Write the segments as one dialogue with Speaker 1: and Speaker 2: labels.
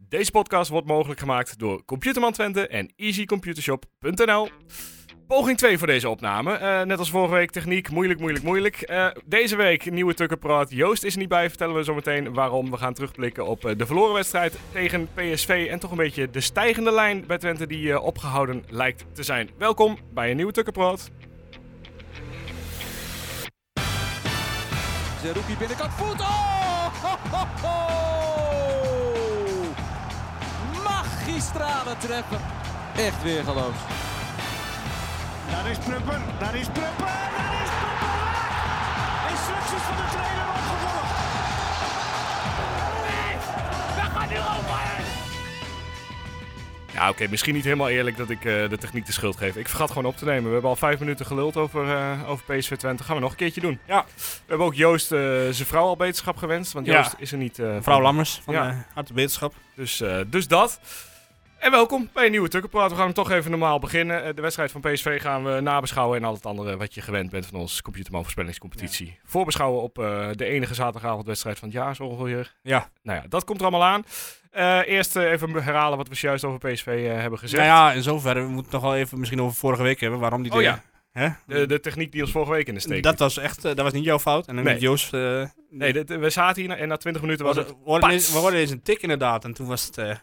Speaker 1: Deze podcast wordt mogelijk gemaakt door Computerman Twente en easycomputershop.nl. Poging 2 voor deze opname. Eh, net als vorige week techniek, moeilijk, moeilijk, moeilijk. Eh, deze week nieuwe Tukkenpraat. Joost is er niet bij, vertellen we zo meteen waarom. We gaan terugblikken op eh, de verloren wedstrijd tegen PSV. En toch een beetje de stijgende lijn bij Twente die eh, opgehouden lijkt te zijn. Welkom bij een nieuwe Tukkenpraat.
Speaker 2: Zerouki binnenkant voet. Oh! Ho, ho, ho! Magistrale treppen. Echt weer geloof.
Speaker 3: Daar is Prupper, daar is Prupper, daar is Prupper! Instructies van de trainer opgevolgd.
Speaker 1: Ja, oké, misschien niet helemaal eerlijk dat ik eh, de techniek de schuld geef. Ik vergat gewoon op te nemen. We hebben al vijf minuten geluld over, eh, over PSV Twente. Gaan we nog een keertje doen. Ja. We hebben ook Joost eh, zijn vrouw al beterschap gewenst. Want
Speaker 4: Ja.
Speaker 1: Joost is er niet. eh,
Speaker 4: Mevrouw
Speaker 1: van.
Speaker 4: Lammers van eh,
Speaker 1: Ja.
Speaker 4: ja. Harte Wetenschap.
Speaker 1: Dus, eh, dus dat. En welkom bij een nieuwe Tukkenpraat. We gaan hem toch even normaal beginnen. Eh, de wedstrijd van PSV gaan we nabeschouwen. En al het andere wat je gewend bent van onze Computerman voorspellingscompetitie. Voorbeschouwen op eh, de enige zaterdagavondwedstrijd van het jaar, zo ongeveer.
Speaker 4: Ja.
Speaker 1: Nou ja, dat komt er allemaal aan. Eh, eerst eh, even herhalen wat we zojuist over PSV eh, hebben gezegd.
Speaker 4: Nou ja, in zoverre, we moeten het nog wel even misschien over vorige week hebben, waarom die
Speaker 1: Oh
Speaker 4: dingen-
Speaker 1: ja.
Speaker 4: Hè?
Speaker 1: De, de techniek die ons vorige week in de steek.
Speaker 4: Dat was echt, eh, dat was niet jouw fout. En dan
Speaker 1: Nee.
Speaker 4: heeft Joost, eh,
Speaker 1: Nee, dit- we zaten hier na- en na 20 minuten was het.
Speaker 4: we hoorden
Speaker 1: pats.
Speaker 4: eens- we hoorden eens een tik inderdaad. En toen was het, eh,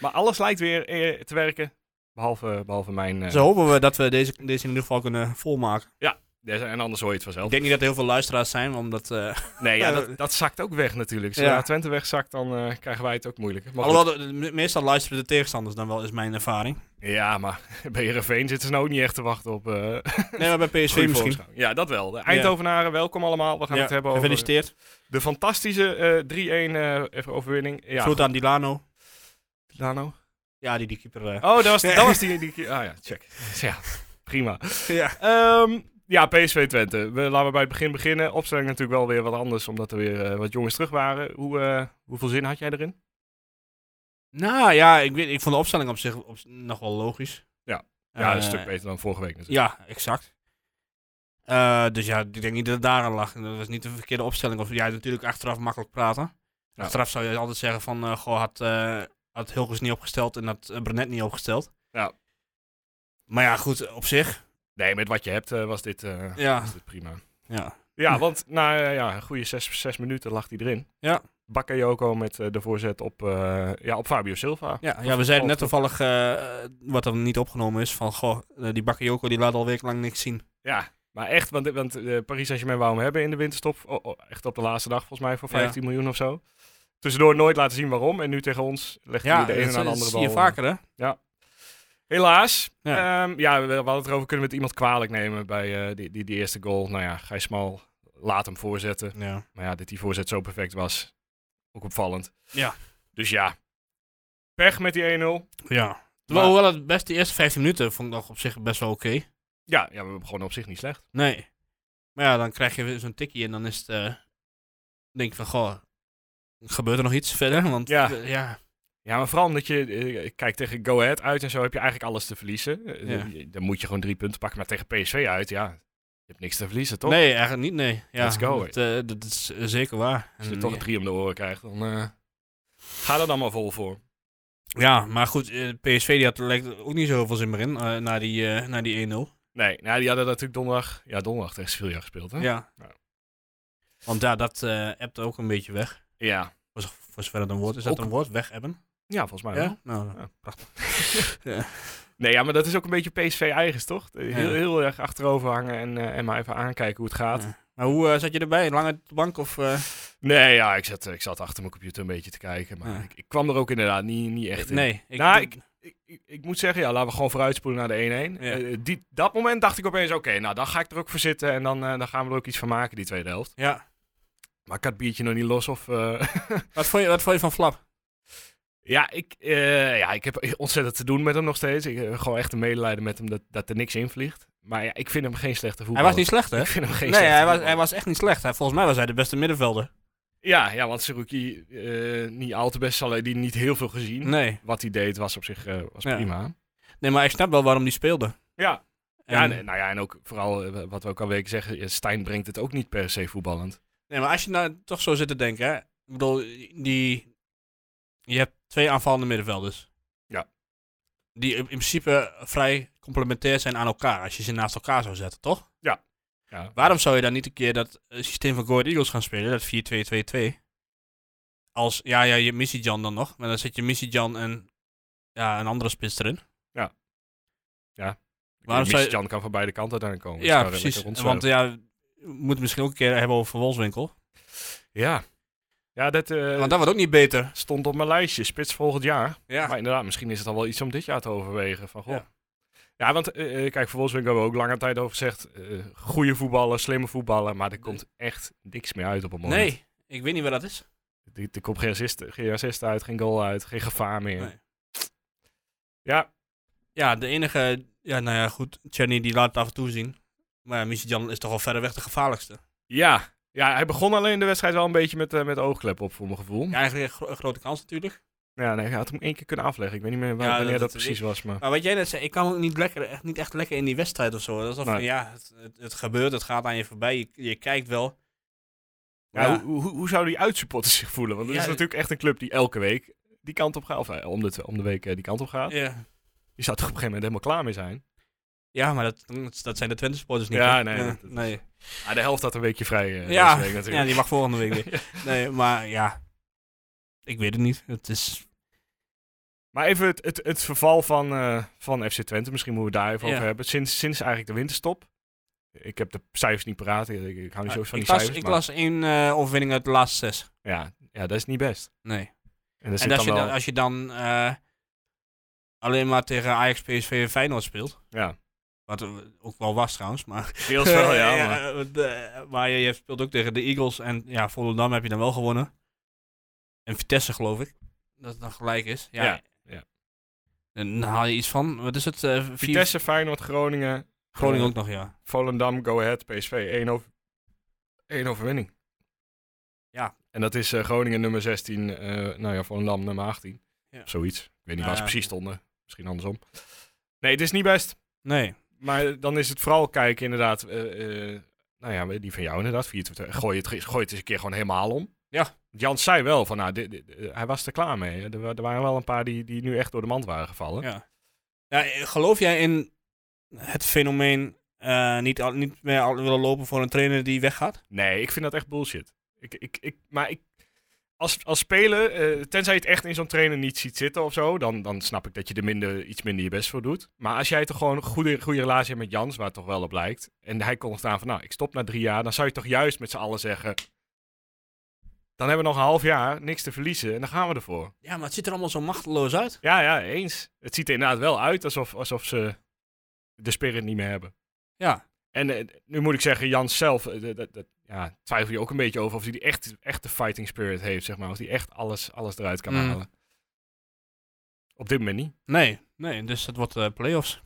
Speaker 1: Maar alles lijkt weer eh, te werken. Behalve, behalve mijn. eh,
Speaker 4: zo hopen we dat we deze, deze in ieder geval kunnen volmaken.
Speaker 1: des- En anders hoor je het vanzelf.
Speaker 4: Ik denk niet dat er heel veel luisteraars zijn, omdat, eh
Speaker 1: Nee, ja,
Speaker 4: Ja,
Speaker 1: dat,
Speaker 4: dat-
Speaker 1: dat zakt ook weg natuurlijk. Zodra
Speaker 4: Ja.
Speaker 1: Twente wegzakt, dan eh, krijgen wij het ook moeilijker. Maar
Speaker 4: alhoewel, de- de- meestal luisteren de tegenstanders dan wel, is mijn ervaring.
Speaker 1: goed. Ja, maar bij Heerenveen zitten ze nou ook niet echt te wachten op... eh, goede
Speaker 4: Nee, maar bij PSV misschien.
Speaker 1: voorbeschouwing. Ja, dat wel. De Eindhovenaren, welkom allemaal. We gaan
Speaker 4: Ja,
Speaker 1: het hebben over
Speaker 4: Gefeliciteerd.
Speaker 1: de fantastische eh 3-1 eh, overwinning. Ja, nou.
Speaker 4: Groet aan Dilano.
Speaker 1: Dano.
Speaker 4: Ja, die, die keeper. eh,
Speaker 1: Oh, dat was, dat was die, die... Ah ja, check. Ja, prima.
Speaker 4: ja.
Speaker 1: Ehm, ja, PSV Twente. We, laten we bij het begin beginnen. Opstelling natuurlijk wel weer wat anders, omdat er weer eh, wat jongens terug waren. Hoe, eh, hoeveel zin had jij erin?
Speaker 4: Nou ja, ik, weet, ik vond de opstelling op zich op, nog wel logisch.
Speaker 1: Ja. Ja, een
Speaker 4: Eh,
Speaker 1: stuk beter dan vorige week natuurlijk.
Speaker 4: Ja, exact. Eh, dus ja, ik denk niet dat het daaraan lag. Dat was niet de verkeerde opstelling. Of, ja, natuurlijk achteraf makkelijk praten.
Speaker 1: Ja.
Speaker 4: Achteraf zou je altijd zeggen van, eh goh, had, eh had Hilgers niet opgesteld en had eh, Brenet niet opgesteld.
Speaker 1: Ja.
Speaker 4: Maar ja, goed, op zich.
Speaker 1: Nee, met wat je hebt eh, was, dit, eh,
Speaker 4: Ja.
Speaker 1: was dit prima.
Speaker 4: Ja,
Speaker 1: Ja, want na eh, ja, een goede zes, zes minuten lag hij erin.
Speaker 4: Ja.
Speaker 1: Bakayoko met eh, de voorzet op, eh, ja, op Fabio Silva.
Speaker 4: ja, ja we zeiden net toevallig, eh, eh, wat er niet opgenomen is, van goh, eh, die Bakayoko die laat al wekenlang niks zien.
Speaker 1: Ja, maar echt, want, want eh, Paris Saint-Germain wou hem hebben in de winterstop. O- o- echt op de laatste dag volgens mij voor
Speaker 4: Ja.
Speaker 1: 15 miljoen of zo. Tussendoor nooit laten zien waarom. En nu tegen ons legt hij de
Speaker 4: dat
Speaker 1: ene aan de
Speaker 4: dat
Speaker 1: andere
Speaker 4: zie
Speaker 1: bal. eh.
Speaker 4: je vaker hè.
Speaker 1: Helaas. Ja,
Speaker 4: Ja.
Speaker 1: ja we, we hadden het erover. Kunnen we het iemand kwalijk nemen bij eh, die, die, die eerste goal? Nou ja, Gijs Smal laat hem voorzetten.
Speaker 4: Ja.
Speaker 1: Maar ja, dat die voorzet zo perfect was, ook opvallend.
Speaker 4: Ja.
Speaker 1: Dus ja, pech met die 1-0.
Speaker 4: Ja.
Speaker 1: Maar-
Speaker 4: Hoewel het best de eerste 15 minuten vond ik nog op zich best wel oké.
Speaker 1: Ja, ja, we begonnen op zich niet slecht.
Speaker 4: Nee. Maar ja, dan krijg je weer zo'n tikkie en dan is het... eh, dan denk je van, goh, gebeurt er nog iets verder? Want
Speaker 1: Ja.
Speaker 4: ja, ja,
Speaker 1: Ja, maar vooral omdat je, eh, kijk, tegen Go Ahead uit en zo heb je eigenlijk alles te verliezen. Eh,
Speaker 4: Ja.
Speaker 1: je- Dan moet je gewoon drie punten pakken. Maar tegen PSV uit, ja, je hebt niks te verliezen, toch?
Speaker 4: nee, eigenlijk niet, nee. Ja,
Speaker 1: Let's go,
Speaker 4: Dat, eh, dat is eh, zeker waar.
Speaker 1: Als je er
Speaker 4: En, eh,
Speaker 1: toch
Speaker 4: ja.
Speaker 1: een drie om de oren krijgt, dan eh, ga er dan maar vol voor.
Speaker 4: Ja, maar goed, eh, PSV die had er lijkt ook niet zoveel zin meer in eh, na die, eh, na die 1-0.
Speaker 1: Nee, nou, die hadden natuurlijk donderdag, ja, donderdag tegen Sevilla gespeeld, hè?
Speaker 4: Ja.
Speaker 1: Ja.
Speaker 4: Want ja, dat eh appt ook een beetje weg.
Speaker 1: Ja,
Speaker 4: Voor zo- Voor zover dat een woord is. dat
Speaker 1: Ook- Ah,
Speaker 4: een woord? Weg hebben?
Speaker 1: Ja, volgens mij wel.
Speaker 4: Ja? Nou,
Speaker 1: Ja.
Speaker 4: prachtig. ja.
Speaker 1: Nee, ja, maar dat is ook een beetje PSV-eigens, toch? Eh, Heel,
Speaker 4: Ja.
Speaker 1: heel erg achterover hangen en, eh, en maar even aankijken hoe het gaat.
Speaker 4: Ja. Maar hoe eh, zat je erbij? Lang uit de bank of... eh?
Speaker 1: Nee, ja, ik zat, eh, ik zat achter mijn computer een beetje te kijken. Maar
Speaker 4: Ja.
Speaker 1: ik, ik kwam er ook inderdaad niet, niet echt in.
Speaker 4: nee. Ik,
Speaker 1: Nou, Ik, ik, ik moet zeggen, ja, laten we gewoon vooruitspoelen naar de 1-1.
Speaker 4: Ja.
Speaker 1: Eh, die, dat moment dacht ik opeens, oké, nou dan ga ik er ook voor zitten. En dan, eh, dan gaan we er ook iets van maken, die tweede helft.
Speaker 4: Ja.
Speaker 1: Maar ik had het biertje nog niet los of... eh,
Speaker 4: Wat vond, je, wat vond je van Flap?
Speaker 1: Ja, ik, eh, ja, ik heb ontzettend te doen met hem nog steeds. Ik heb gewoon echt een medelijden met hem dat, dat er niks in vliegt. Maar ja, ik vind hem geen slechte
Speaker 4: Hij
Speaker 1: voetballer.
Speaker 4: was niet slecht, hè?
Speaker 1: Ik vind hem geen
Speaker 4: Nee,
Speaker 1: slechte
Speaker 4: hij was,
Speaker 1: voetballer.
Speaker 4: hij was echt niet slecht. Hij, volgens mij was hij de beste middenvelder.
Speaker 1: Ja, ja want Seruki, eh, niet al te best, zal hij die niet heel veel gezien.
Speaker 4: Nee.
Speaker 1: Wat hij deed was op zich eh, was
Speaker 4: Ja.
Speaker 1: prima.
Speaker 4: Nee, maar ik snap wel waarom die speelde.
Speaker 1: Ja.
Speaker 4: En-
Speaker 1: Ja, nee, nou ja, en ook vooral eh, wat we ook al weken zeggen, eh, Stijn brengt het ook niet per se voetballend.
Speaker 4: Nee, maar als je nou toch zo zit te denken, hè. Ik bedoel, die... Je hebt twee aanvallende middenvelders.
Speaker 1: Ja.
Speaker 4: Die in in principe vrij complementair zijn aan elkaar. Als je ze naast elkaar zou zetten, toch?
Speaker 1: Ja.
Speaker 4: Waarom zou je dan niet een keer dat eh, systeem van Goat Eagles gaan spelen? Dat 4-2-2-2. Als, ja, ja, je hebt Missy Jan dan nog. Maar dan zet je Missy Jan en ja, een andere spits erin. waarom zou je-
Speaker 1: Jan kan van beide kanten daarin komen. Dus
Speaker 4: ja,
Speaker 1: kan
Speaker 4: precies.
Speaker 1: lekker
Speaker 4: Want
Speaker 1: rondzwerven.
Speaker 4: ja, we moeten het misschien ook een keer hebben over Wolfswinkel.
Speaker 1: ja. Ja, dat eh,
Speaker 4: Want dat Eh, wordt ook niet beter.
Speaker 1: stond op mijn lijstje. Spits volgend jaar.
Speaker 4: Ja.
Speaker 1: Maar inderdaad, misschien is het al wel iets om dit jaar te overwegen. Van, goh. Ja.
Speaker 4: Ja.
Speaker 1: want eh, eh, kijk, voor Wolfswinkel hebben we ook lange tijd over gezegd. eh goede voetballen, slimme voetballen. Maar er komt echt niks meer uit op een moment.
Speaker 4: nee, ik weet niet wat dat is.
Speaker 1: Er, er komt geen assist, geen assist uit, geen goal uit, geen gevaar meer.
Speaker 4: Nee.
Speaker 1: Ja,
Speaker 4: Ja, de enige... Ja, nou ja, goed. Chenny die laat het af en toe zien. Maar ja, Missy Jan is toch al verreweg de gevaarlijkste.
Speaker 1: ja. Ja, hij begon alleen de wedstrijd wel een beetje met, eh, met oogklep op, voor mijn gevoel. Ja,
Speaker 4: Ja, eigenlijk een gro- een grote kans natuurlijk.
Speaker 1: nee, hij had hem één keer kunnen afleggen. Ik weet niet meer waar,
Speaker 4: Ja,
Speaker 1: wanneer dat,
Speaker 4: dat- dat-
Speaker 1: precies was, maar...
Speaker 4: Maar wat jij net zei, ik kan ook niet, lekker, echt, niet echt lekker in die wedstrijd of zo. Dat is dan van,
Speaker 1: Nee.
Speaker 4: ja, het, het, het gebeurt, het gaat aan je voorbij, je, je kijkt wel.
Speaker 1: Ja,
Speaker 4: Maar
Speaker 1: Hoe, hoe, hoe zouden die uitsupporters zich voelen? Want het
Speaker 4: Ja,
Speaker 1: is
Speaker 4: dat-
Speaker 1: natuurlijk echt een club die elke week die kant op gaat. Of eh, om de, om de week eh, die kant op gaat.
Speaker 4: ja,
Speaker 1: Je zou toch op een gegeven moment helemaal klaar mee zijn?
Speaker 4: ja, maar dat, dat zijn de Twente supporters niet.
Speaker 1: Ja,
Speaker 4: hè?
Speaker 1: nee,
Speaker 4: Ja,
Speaker 1: dat- dat-
Speaker 4: nee.
Speaker 1: Ah, de helft had een weekje vrij eh,
Speaker 4: ja,
Speaker 1: deze week
Speaker 4: ja,
Speaker 1: natuurlijk.
Speaker 4: die mag volgende week weer. Nee, maar ja, ik weet het niet. Het is,
Speaker 1: Maar even het, het, het verval van, eh, van FC Twente, misschien moeten we het daar even
Speaker 4: Ja.
Speaker 1: over hebben. Sinds, sinds eigenlijk de winterstop. Ik heb de cijfers niet paraat, ik, Ah, ik hou niet zo van
Speaker 4: Ah,
Speaker 1: die
Speaker 4: ik, las,
Speaker 1: cijfers.
Speaker 4: ik
Speaker 1: maar
Speaker 4: las één eh, overwinning uit de laatste zes.
Speaker 1: ja, ja, dat is niet best.
Speaker 4: Nee.
Speaker 1: En, dat
Speaker 4: En als je, dan, als je dan eh, alleen maar tegen Ajax, PSV en Feyenoord speelt,
Speaker 1: Ja,
Speaker 4: wat eh, ook wel was trouwens, maar...
Speaker 1: deels wel, ja. maar-
Speaker 4: de- eh, maar je, je speelt ook tegen de Eagles en ja, Volendam heb je dan wel gewonnen. En Vitesse geloof ik, dat het dan gelijk is. Ja.
Speaker 1: Ja, ja.
Speaker 4: En dan haal je iets van, wat is het? eh, vier-
Speaker 1: Vitesse, Feyenoord, Groningen, Eh,
Speaker 4: Groningen ook nog, ja.
Speaker 1: Volendam, Go Ahead, PSV, één, over, één overwinning.
Speaker 4: Ja.
Speaker 1: En dat is eh, Groningen nummer 16, eh, nou ja, Volendam nummer 18.
Speaker 4: Ja. Nou
Speaker 1: Of zoiets. Ik weet niet waar ze
Speaker 4: Ja.
Speaker 1: precies stonden. Misschien andersom. Nee, het is niet best.
Speaker 4: Nee,
Speaker 1: Maar dan is het vooral kijken inderdaad, eh, eh, nou ja, die van jou inderdaad, 4 gooi het, gooi het eens een keer gewoon helemaal om.
Speaker 4: Ja.
Speaker 1: Want Jans zei wel van, nou, dit- dit- eh, hij was er klaar mee. hè. Er, wa- er waren wel een paar die, die nu echt door de mand waren gevallen.
Speaker 4: ja. ja. eh, Geloof jij in het fenomeen eh, niet, al, niet meer al willen lopen voor een trainer die weggaat?
Speaker 1: Nee, ik vind dat echt bullshit. Ik, ik, ik, maar ik, als, als speler, eh, tenzij je het echt in zo'n trainer niet ziet zitten of zo, dan, dan snap ik dat je er minder, iets minder je best voor doet. Maar als jij toch gewoon een goede, goede relatie hebt met Jans, waar het toch wel op lijkt, en hij kon staan van, nou, ik stop na drie jaar, dan zou je toch juist met z'n allen zeggen, dan hebben we nog een half jaar niks te verliezen en dan gaan we ervoor.
Speaker 4: Ja, maar het ziet er allemaal zo machteloos uit.
Speaker 1: Ja, ja, eens. Het ziet er inderdaad wel uit alsof, alsof ze de spirit niet meer hebben.
Speaker 4: Ja.
Speaker 1: En eh, nu moet ik zeggen, Jans zelf, eh, dat, dat- dat- ja, twijfel je ook een beetje over of hij die echt, echt de fighting spirit heeft, zeg maar. Of hij echt alles, alles eruit kan
Speaker 4: Mm.
Speaker 1: halen. Op dit moment niet.
Speaker 4: Nee, nee, dus het wordt eh playoffs.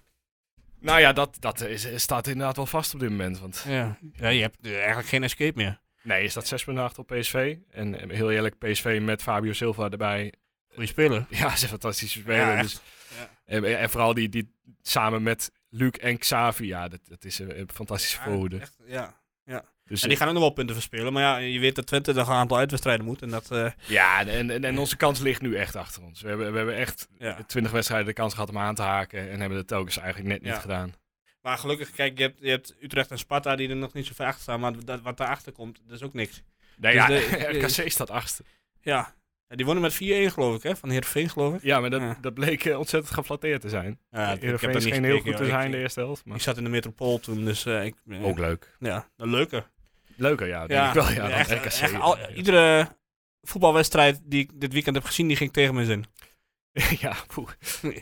Speaker 1: Nou ja, dat, dat is, staat inderdaad wel vast op dit moment. Want
Speaker 4: Ja. ja, je hebt eh, eigenlijk geen escape meer.
Speaker 1: nee, is dat 6 punten achter op PSV. En eh, heel eerlijk, PSV met Fabio Silva erbij.
Speaker 4: Goeie speler.
Speaker 1: Ja, ze is een fantastische speler.
Speaker 4: Ja,
Speaker 1: dus,
Speaker 4: echt. Ja.
Speaker 1: en, eh, en vooral die, die samen met Luc en Xavi, ja, dat, dat is een, een fantastische voorhoede.
Speaker 4: echt, ja.
Speaker 1: Dus,
Speaker 4: En die gaan ook nog wel punten verspelen. Maar ja, je weet dat Twente nog een aantal uitwedstrijden moet. En dat, eh,
Speaker 1: Ja, en, en, en onze kans ligt nu echt achter ons. We hebben, we hebben echt
Speaker 4: ja.
Speaker 1: 20 wedstrijden de kans gehad om aan te haken. En hebben dat telkens eigenlijk net niet
Speaker 4: Ja.
Speaker 1: gedaan.
Speaker 4: Maar gelukkig, kijk, je hebt, je hebt Utrecht en Sparta die er nog niet zo ver achter staan. Maar dat, wat daarachter komt, dat is ook niks.
Speaker 1: Nee,
Speaker 4: Dus
Speaker 1: ja,
Speaker 4: de-
Speaker 1: RKC staat achtste.
Speaker 4: Ja. En die wonnen met 4-1 geloof ik, hè? Van Heerenveen geloof ik.
Speaker 1: Ja, maar dat,
Speaker 4: Ja.
Speaker 1: dat bleek eh, ontzettend geflatteerd te zijn.
Speaker 4: Ja,
Speaker 1: E- Heerenveen scheen heel goed te zijn de
Speaker 4: Ik,
Speaker 1: eerste helft. Maar...
Speaker 4: ik zat in de metropool toen, dus eh, ik... eh,
Speaker 1: Ook leuk.
Speaker 4: Ja, een leuke.
Speaker 1: Leuker, ja. Denk
Speaker 4: Ja,
Speaker 1: ik wel, ja, dan
Speaker 4: echt,
Speaker 1: RKC.
Speaker 4: echt al-
Speaker 1: ja.
Speaker 4: iedere voetbalwedstrijd die ik dit weekend heb gezien, die ging tegen mijn zin.
Speaker 1: ja, poeh.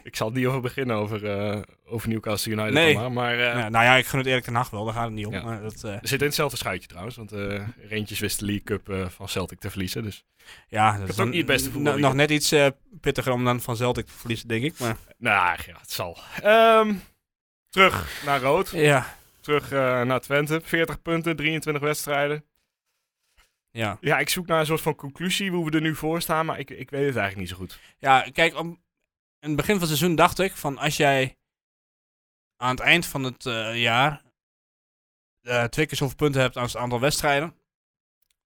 Speaker 1: Ik zal het niet over beginnen over, eh, over Newcastle United.
Speaker 4: Nee.
Speaker 1: Maar, maar eh,
Speaker 4: Ja, nou ja, ik gun het Erik ten Hag wel, daar gaat het niet om.
Speaker 1: Ja.
Speaker 4: Maar dat, eh,
Speaker 1: er zit in hetzelfde schuitje trouwens. Want eh Reentjes wist de League Cup eh, van Celtic te verliezen. Dus
Speaker 4: ja, dat
Speaker 1: ook
Speaker 4: is dan
Speaker 1: niet het beste
Speaker 4: n-
Speaker 1: voetbalweekend.
Speaker 4: Nog net iets eh, pittiger om dan van Celtic te verliezen, denk ik. Maar,
Speaker 1: nou ja, het zal. Ehm, terug naar rood.
Speaker 4: ja,
Speaker 1: Terug eh, naar Twente. 40 punten, 23 wedstrijden.
Speaker 4: ja.
Speaker 1: Ja, ik zoek naar een soort van conclusie hoe we er nu voor staan, maar ik, ik weet het eigenlijk niet zo goed.
Speaker 4: ja, kijk, om, in het begin van het seizoen dacht ik van als jij aan het eind van het eh, jaar eh, twee keer zoveel punten hebt als het aantal wedstrijden,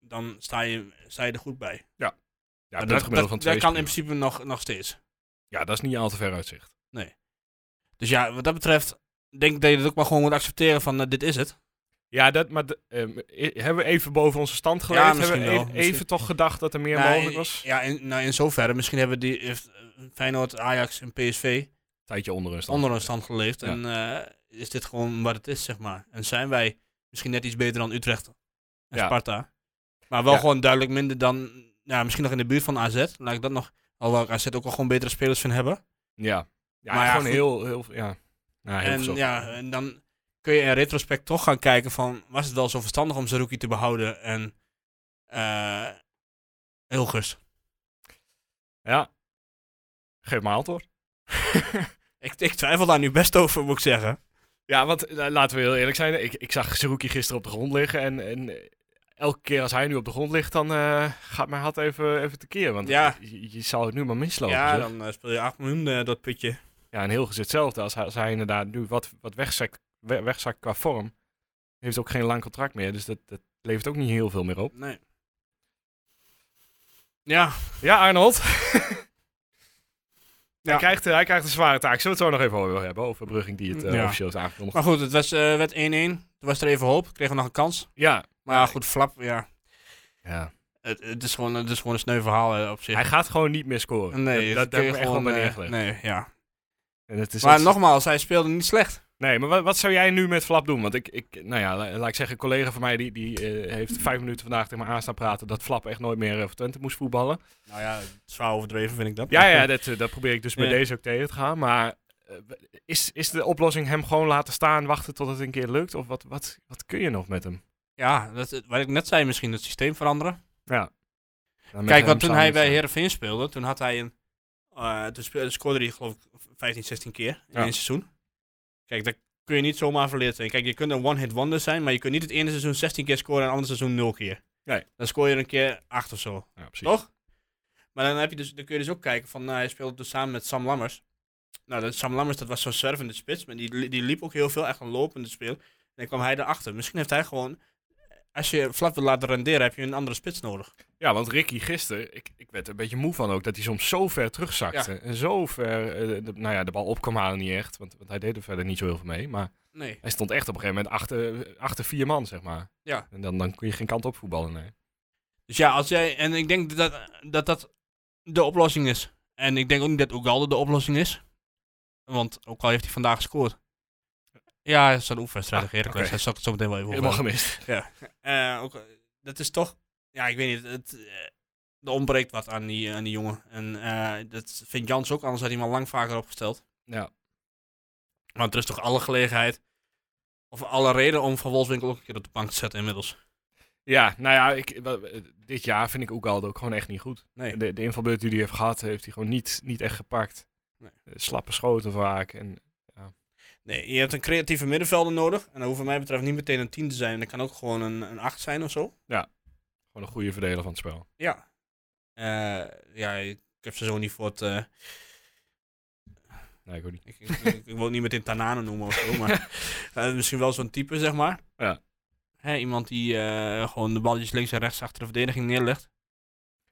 Speaker 4: dan sta je, sta je er goed bij.
Speaker 1: Ja. Ja,
Speaker 4: Maar
Speaker 1: dat,
Speaker 4: dat,
Speaker 1: gemiddelde
Speaker 4: dat,
Speaker 1: van
Speaker 4: dat
Speaker 1: twee.
Speaker 4: kan
Speaker 1: is
Speaker 4: in
Speaker 1: prima.
Speaker 4: principe nog, nog steeds.
Speaker 1: Ja, dat is niet al te ver uitzicht.
Speaker 4: Dus ja, wat dat betreft denk ik dat je dat ook maar gewoon moet accepteren van eh, dit is het.
Speaker 1: Ja, dat, maar d- ehm, i- hebben we even boven onze stand geleefd? hebben
Speaker 4: misschien
Speaker 1: we
Speaker 4: wel,
Speaker 1: e-
Speaker 4: misschien.
Speaker 1: even toch gedacht dat er meer
Speaker 4: Nou,
Speaker 1: mogelijk was?
Speaker 4: Ja, in, nou, in zoverre. Misschien hebben die heeft eh, Feyenoord, Ajax en PSV
Speaker 1: Tijdje onder een stand.
Speaker 4: onder een stand geleefd.
Speaker 1: Ja.
Speaker 4: En eh, is dit gewoon wat het is, zeg maar. En zijn wij misschien net iets beter dan Utrecht en
Speaker 1: Ja.
Speaker 4: Sparta. Maar wel
Speaker 1: Ja.
Speaker 4: gewoon duidelijk minder dan... Ja, misschien nog in de buurt van AZ. Laat ik dat nog... Alhoewel ik AZ ook wel gewoon betere spelers vind hebben.
Speaker 1: Ja. Ja,
Speaker 4: Maar ja,
Speaker 1: gewoon
Speaker 4: goed.
Speaker 1: heel, heel, ja. Ja, heel
Speaker 4: en,
Speaker 1: verzot.
Speaker 4: ja, en dan kun je in retrospect toch gaan kijken van... Was het wel zo verstandig om Zerouki te behouden en... eh Hilgers.
Speaker 1: Ja. Geef maar antwoord.
Speaker 4: Ik, ik twijfel daar nu best over, moet ik zeggen.
Speaker 1: Ja, want eh, laten we heel eerlijk zijn. Ik, ik zag Zerouki gisteren op de grond liggen. En, en eh, elke keer als hij nu op de grond ligt, dan eh, gaat mijn hart even, even tekeer. Want
Speaker 4: Ja.
Speaker 1: je, je zou het nu maar mislopen.
Speaker 4: ja,
Speaker 1: zeg.
Speaker 4: dan eh, speel je 8 miljoen eh, dat putje.
Speaker 1: Ja, en heel is hetzelfde. Als hij, als hij inderdaad nu wat, wat wegzakt, we- wegzakt qua vorm, heeft ook geen lang contract meer. Dus dat, dat levert ook niet heel veel meer op.
Speaker 4: Nee. Ja,
Speaker 1: Ja, Arnold.
Speaker 4: Ja.
Speaker 1: Hij, krijgt, eh, hij krijgt een zware taak. Zullen we het zo nog even over hebben? Over Brugging die het eh,
Speaker 4: Ja.
Speaker 1: officieel is aangekondigd.
Speaker 4: maar goed, het was, eh, werd 1-1. Toen was er even hoop. Kregen we nog een kans.
Speaker 1: Ja.
Speaker 4: Maar ja, goed, flap, ja.
Speaker 1: ja.
Speaker 4: Het, het, is gewoon, het is gewoon een sneu verhaal eh, op zich.
Speaker 1: Hij gaat gewoon niet meer scoren.
Speaker 4: nee,
Speaker 1: dat, dat, dat
Speaker 4: kun je
Speaker 1: heb ik echt wel
Speaker 4: gewoon,
Speaker 1: bij
Speaker 4: eh,
Speaker 1: neergelegd.
Speaker 4: Nee, ja.
Speaker 1: En het is
Speaker 4: maar
Speaker 1: echt-
Speaker 4: nogmaals, hij speelde niet slecht.
Speaker 1: Nee, maar wat, wat zou jij nu met Flap doen? Want ik, ik nou ja, la- laat ik zeggen, een collega van mij die, die eh, heeft vijf minuten vandaag tegen me aan staan praten dat Flap echt nooit meer eh, voor Twente moest voetballen.
Speaker 4: Nou ja, zwaar overdreven vind ik dat.
Speaker 1: Ja, ja dat, eh, dat probeer ik dus bij
Speaker 4: Ja.
Speaker 1: deze ook tegen te gaan. Maar eh, is, is de oplossing hem gewoon laten staan, wachten tot het een keer lukt? Of wat, wat, wat kun je nog met hem?
Speaker 4: Ja, dat, wat ik net zei, misschien het systeem veranderen.
Speaker 1: Nou, met
Speaker 4: Kijk,
Speaker 1: hem
Speaker 4: want toen
Speaker 1: samen
Speaker 4: hij
Speaker 1: met
Speaker 4: bij
Speaker 1: zijn-
Speaker 4: Heerenveen speelde, toen had hij een... eh, toen speelde, scoorde hij geloof ik 15, 16 keer in
Speaker 1: Ja.
Speaker 4: één seizoen. Kijk, daar kun je niet zomaar verleerd zijn. Kijk, je kunt een one-hit wonder zijn, maar je kunt niet het ene seizoen 16 keer scoren en het andere seizoen 0 keer.
Speaker 1: Nee.
Speaker 4: Dan scoor je er een keer 8 of zo.
Speaker 1: Ja, precies.
Speaker 4: Toch? Maar dan, heb je dus, dan kun je dus ook kijken van, nou, hij speelde toen samen met Sam Lammers. Nou, dat Sam Lammers, dat was zo'n servende spits, maar die, li- die liep ook heel veel, echt een lopende speel. En dan kwam hij erachter. Misschien heeft hij gewoon, als je Flap wil laten renderen, heb je een andere spits nodig.
Speaker 1: Ja, want Ricky gisteren, ik, ik werd er een beetje moe van ook, dat hij soms zo ver terugzakte. En zo ver, eh, de, nou ja, de bal op kwam halen niet echt, want, want hij deed er verder niet zo heel veel mee. Maar
Speaker 4: Nee.
Speaker 1: hij stond echt op een gegeven moment achter, achter vier man, zeg maar.
Speaker 4: Ja.
Speaker 1: En dan, dan kun je geen kant op voetballen, nee.
Speaker 4: Dus ja, als jij, en ik denk dat dat, dat de oplossing is. En ik denk ook niet dat Ugalde de oplossing is. Want ook al heeft hij vandaag gescoord. Ja, dat is een oefenwedstrijd tegen Heracles.
Speaker 1: oké.
Speaker 4: Daar zal ik het zo meteen wel even over
Speaker 1: Helemaal
Speaker 4: hebben.
Speaker 1: gemist.
Speaker 4: Eh, ook, eh, dat is toch, ja, ik weet niet, het, eh, er ontbreekt wat aan die, aan die jongen. En eh, dat vindt Jans ook, anders had hij hem al lang vaker opgesteld.
Speaker 1: Ja.
Speaker 4: Want er is toch alle gelegenheid, of alle reden om Van Wolfswinkel ook een keer op de bank te zetten inmiddels.
Speaker 1: Ja, nou ja, ik, wa- eh, dit jaar vind ik Oegalde ook gewoon echt niet goed.
Speaker 4: Nee.
Speaker 1: De, de invalbeurt die hij heeft gehad, heeft hij gewoon niet, niet echt gepakt.
Speaker 4: Nee.
Speaker 1: Eh, Slappe schoten vaak. En,
Speaker 4: Nee, je hebt een creatieve middenvelder nodig. En dat hoeft wat mij betreft niet meteen een 10 te zijn. Dat kan ook gewoon een, een 8 zijn of zo.
Speaker 1: gewoon een goede verdeler van het spel.
Speaker 4: Ja. Eh, ja, ik heb ze zo niet voor het... eh,
Speaker 1: Nee, ik ook niet.
Speaker 4: ik, ik, ik- ik wil het niet meteen Tanane noemen of zo, maar eh, misschien wel zo'n type, zeg maar.
Speaker 1: Ja.
Speaker 4: Hè, iemand die eh, gewoon de balletjes links en rechts achter de verdediging neerlegt.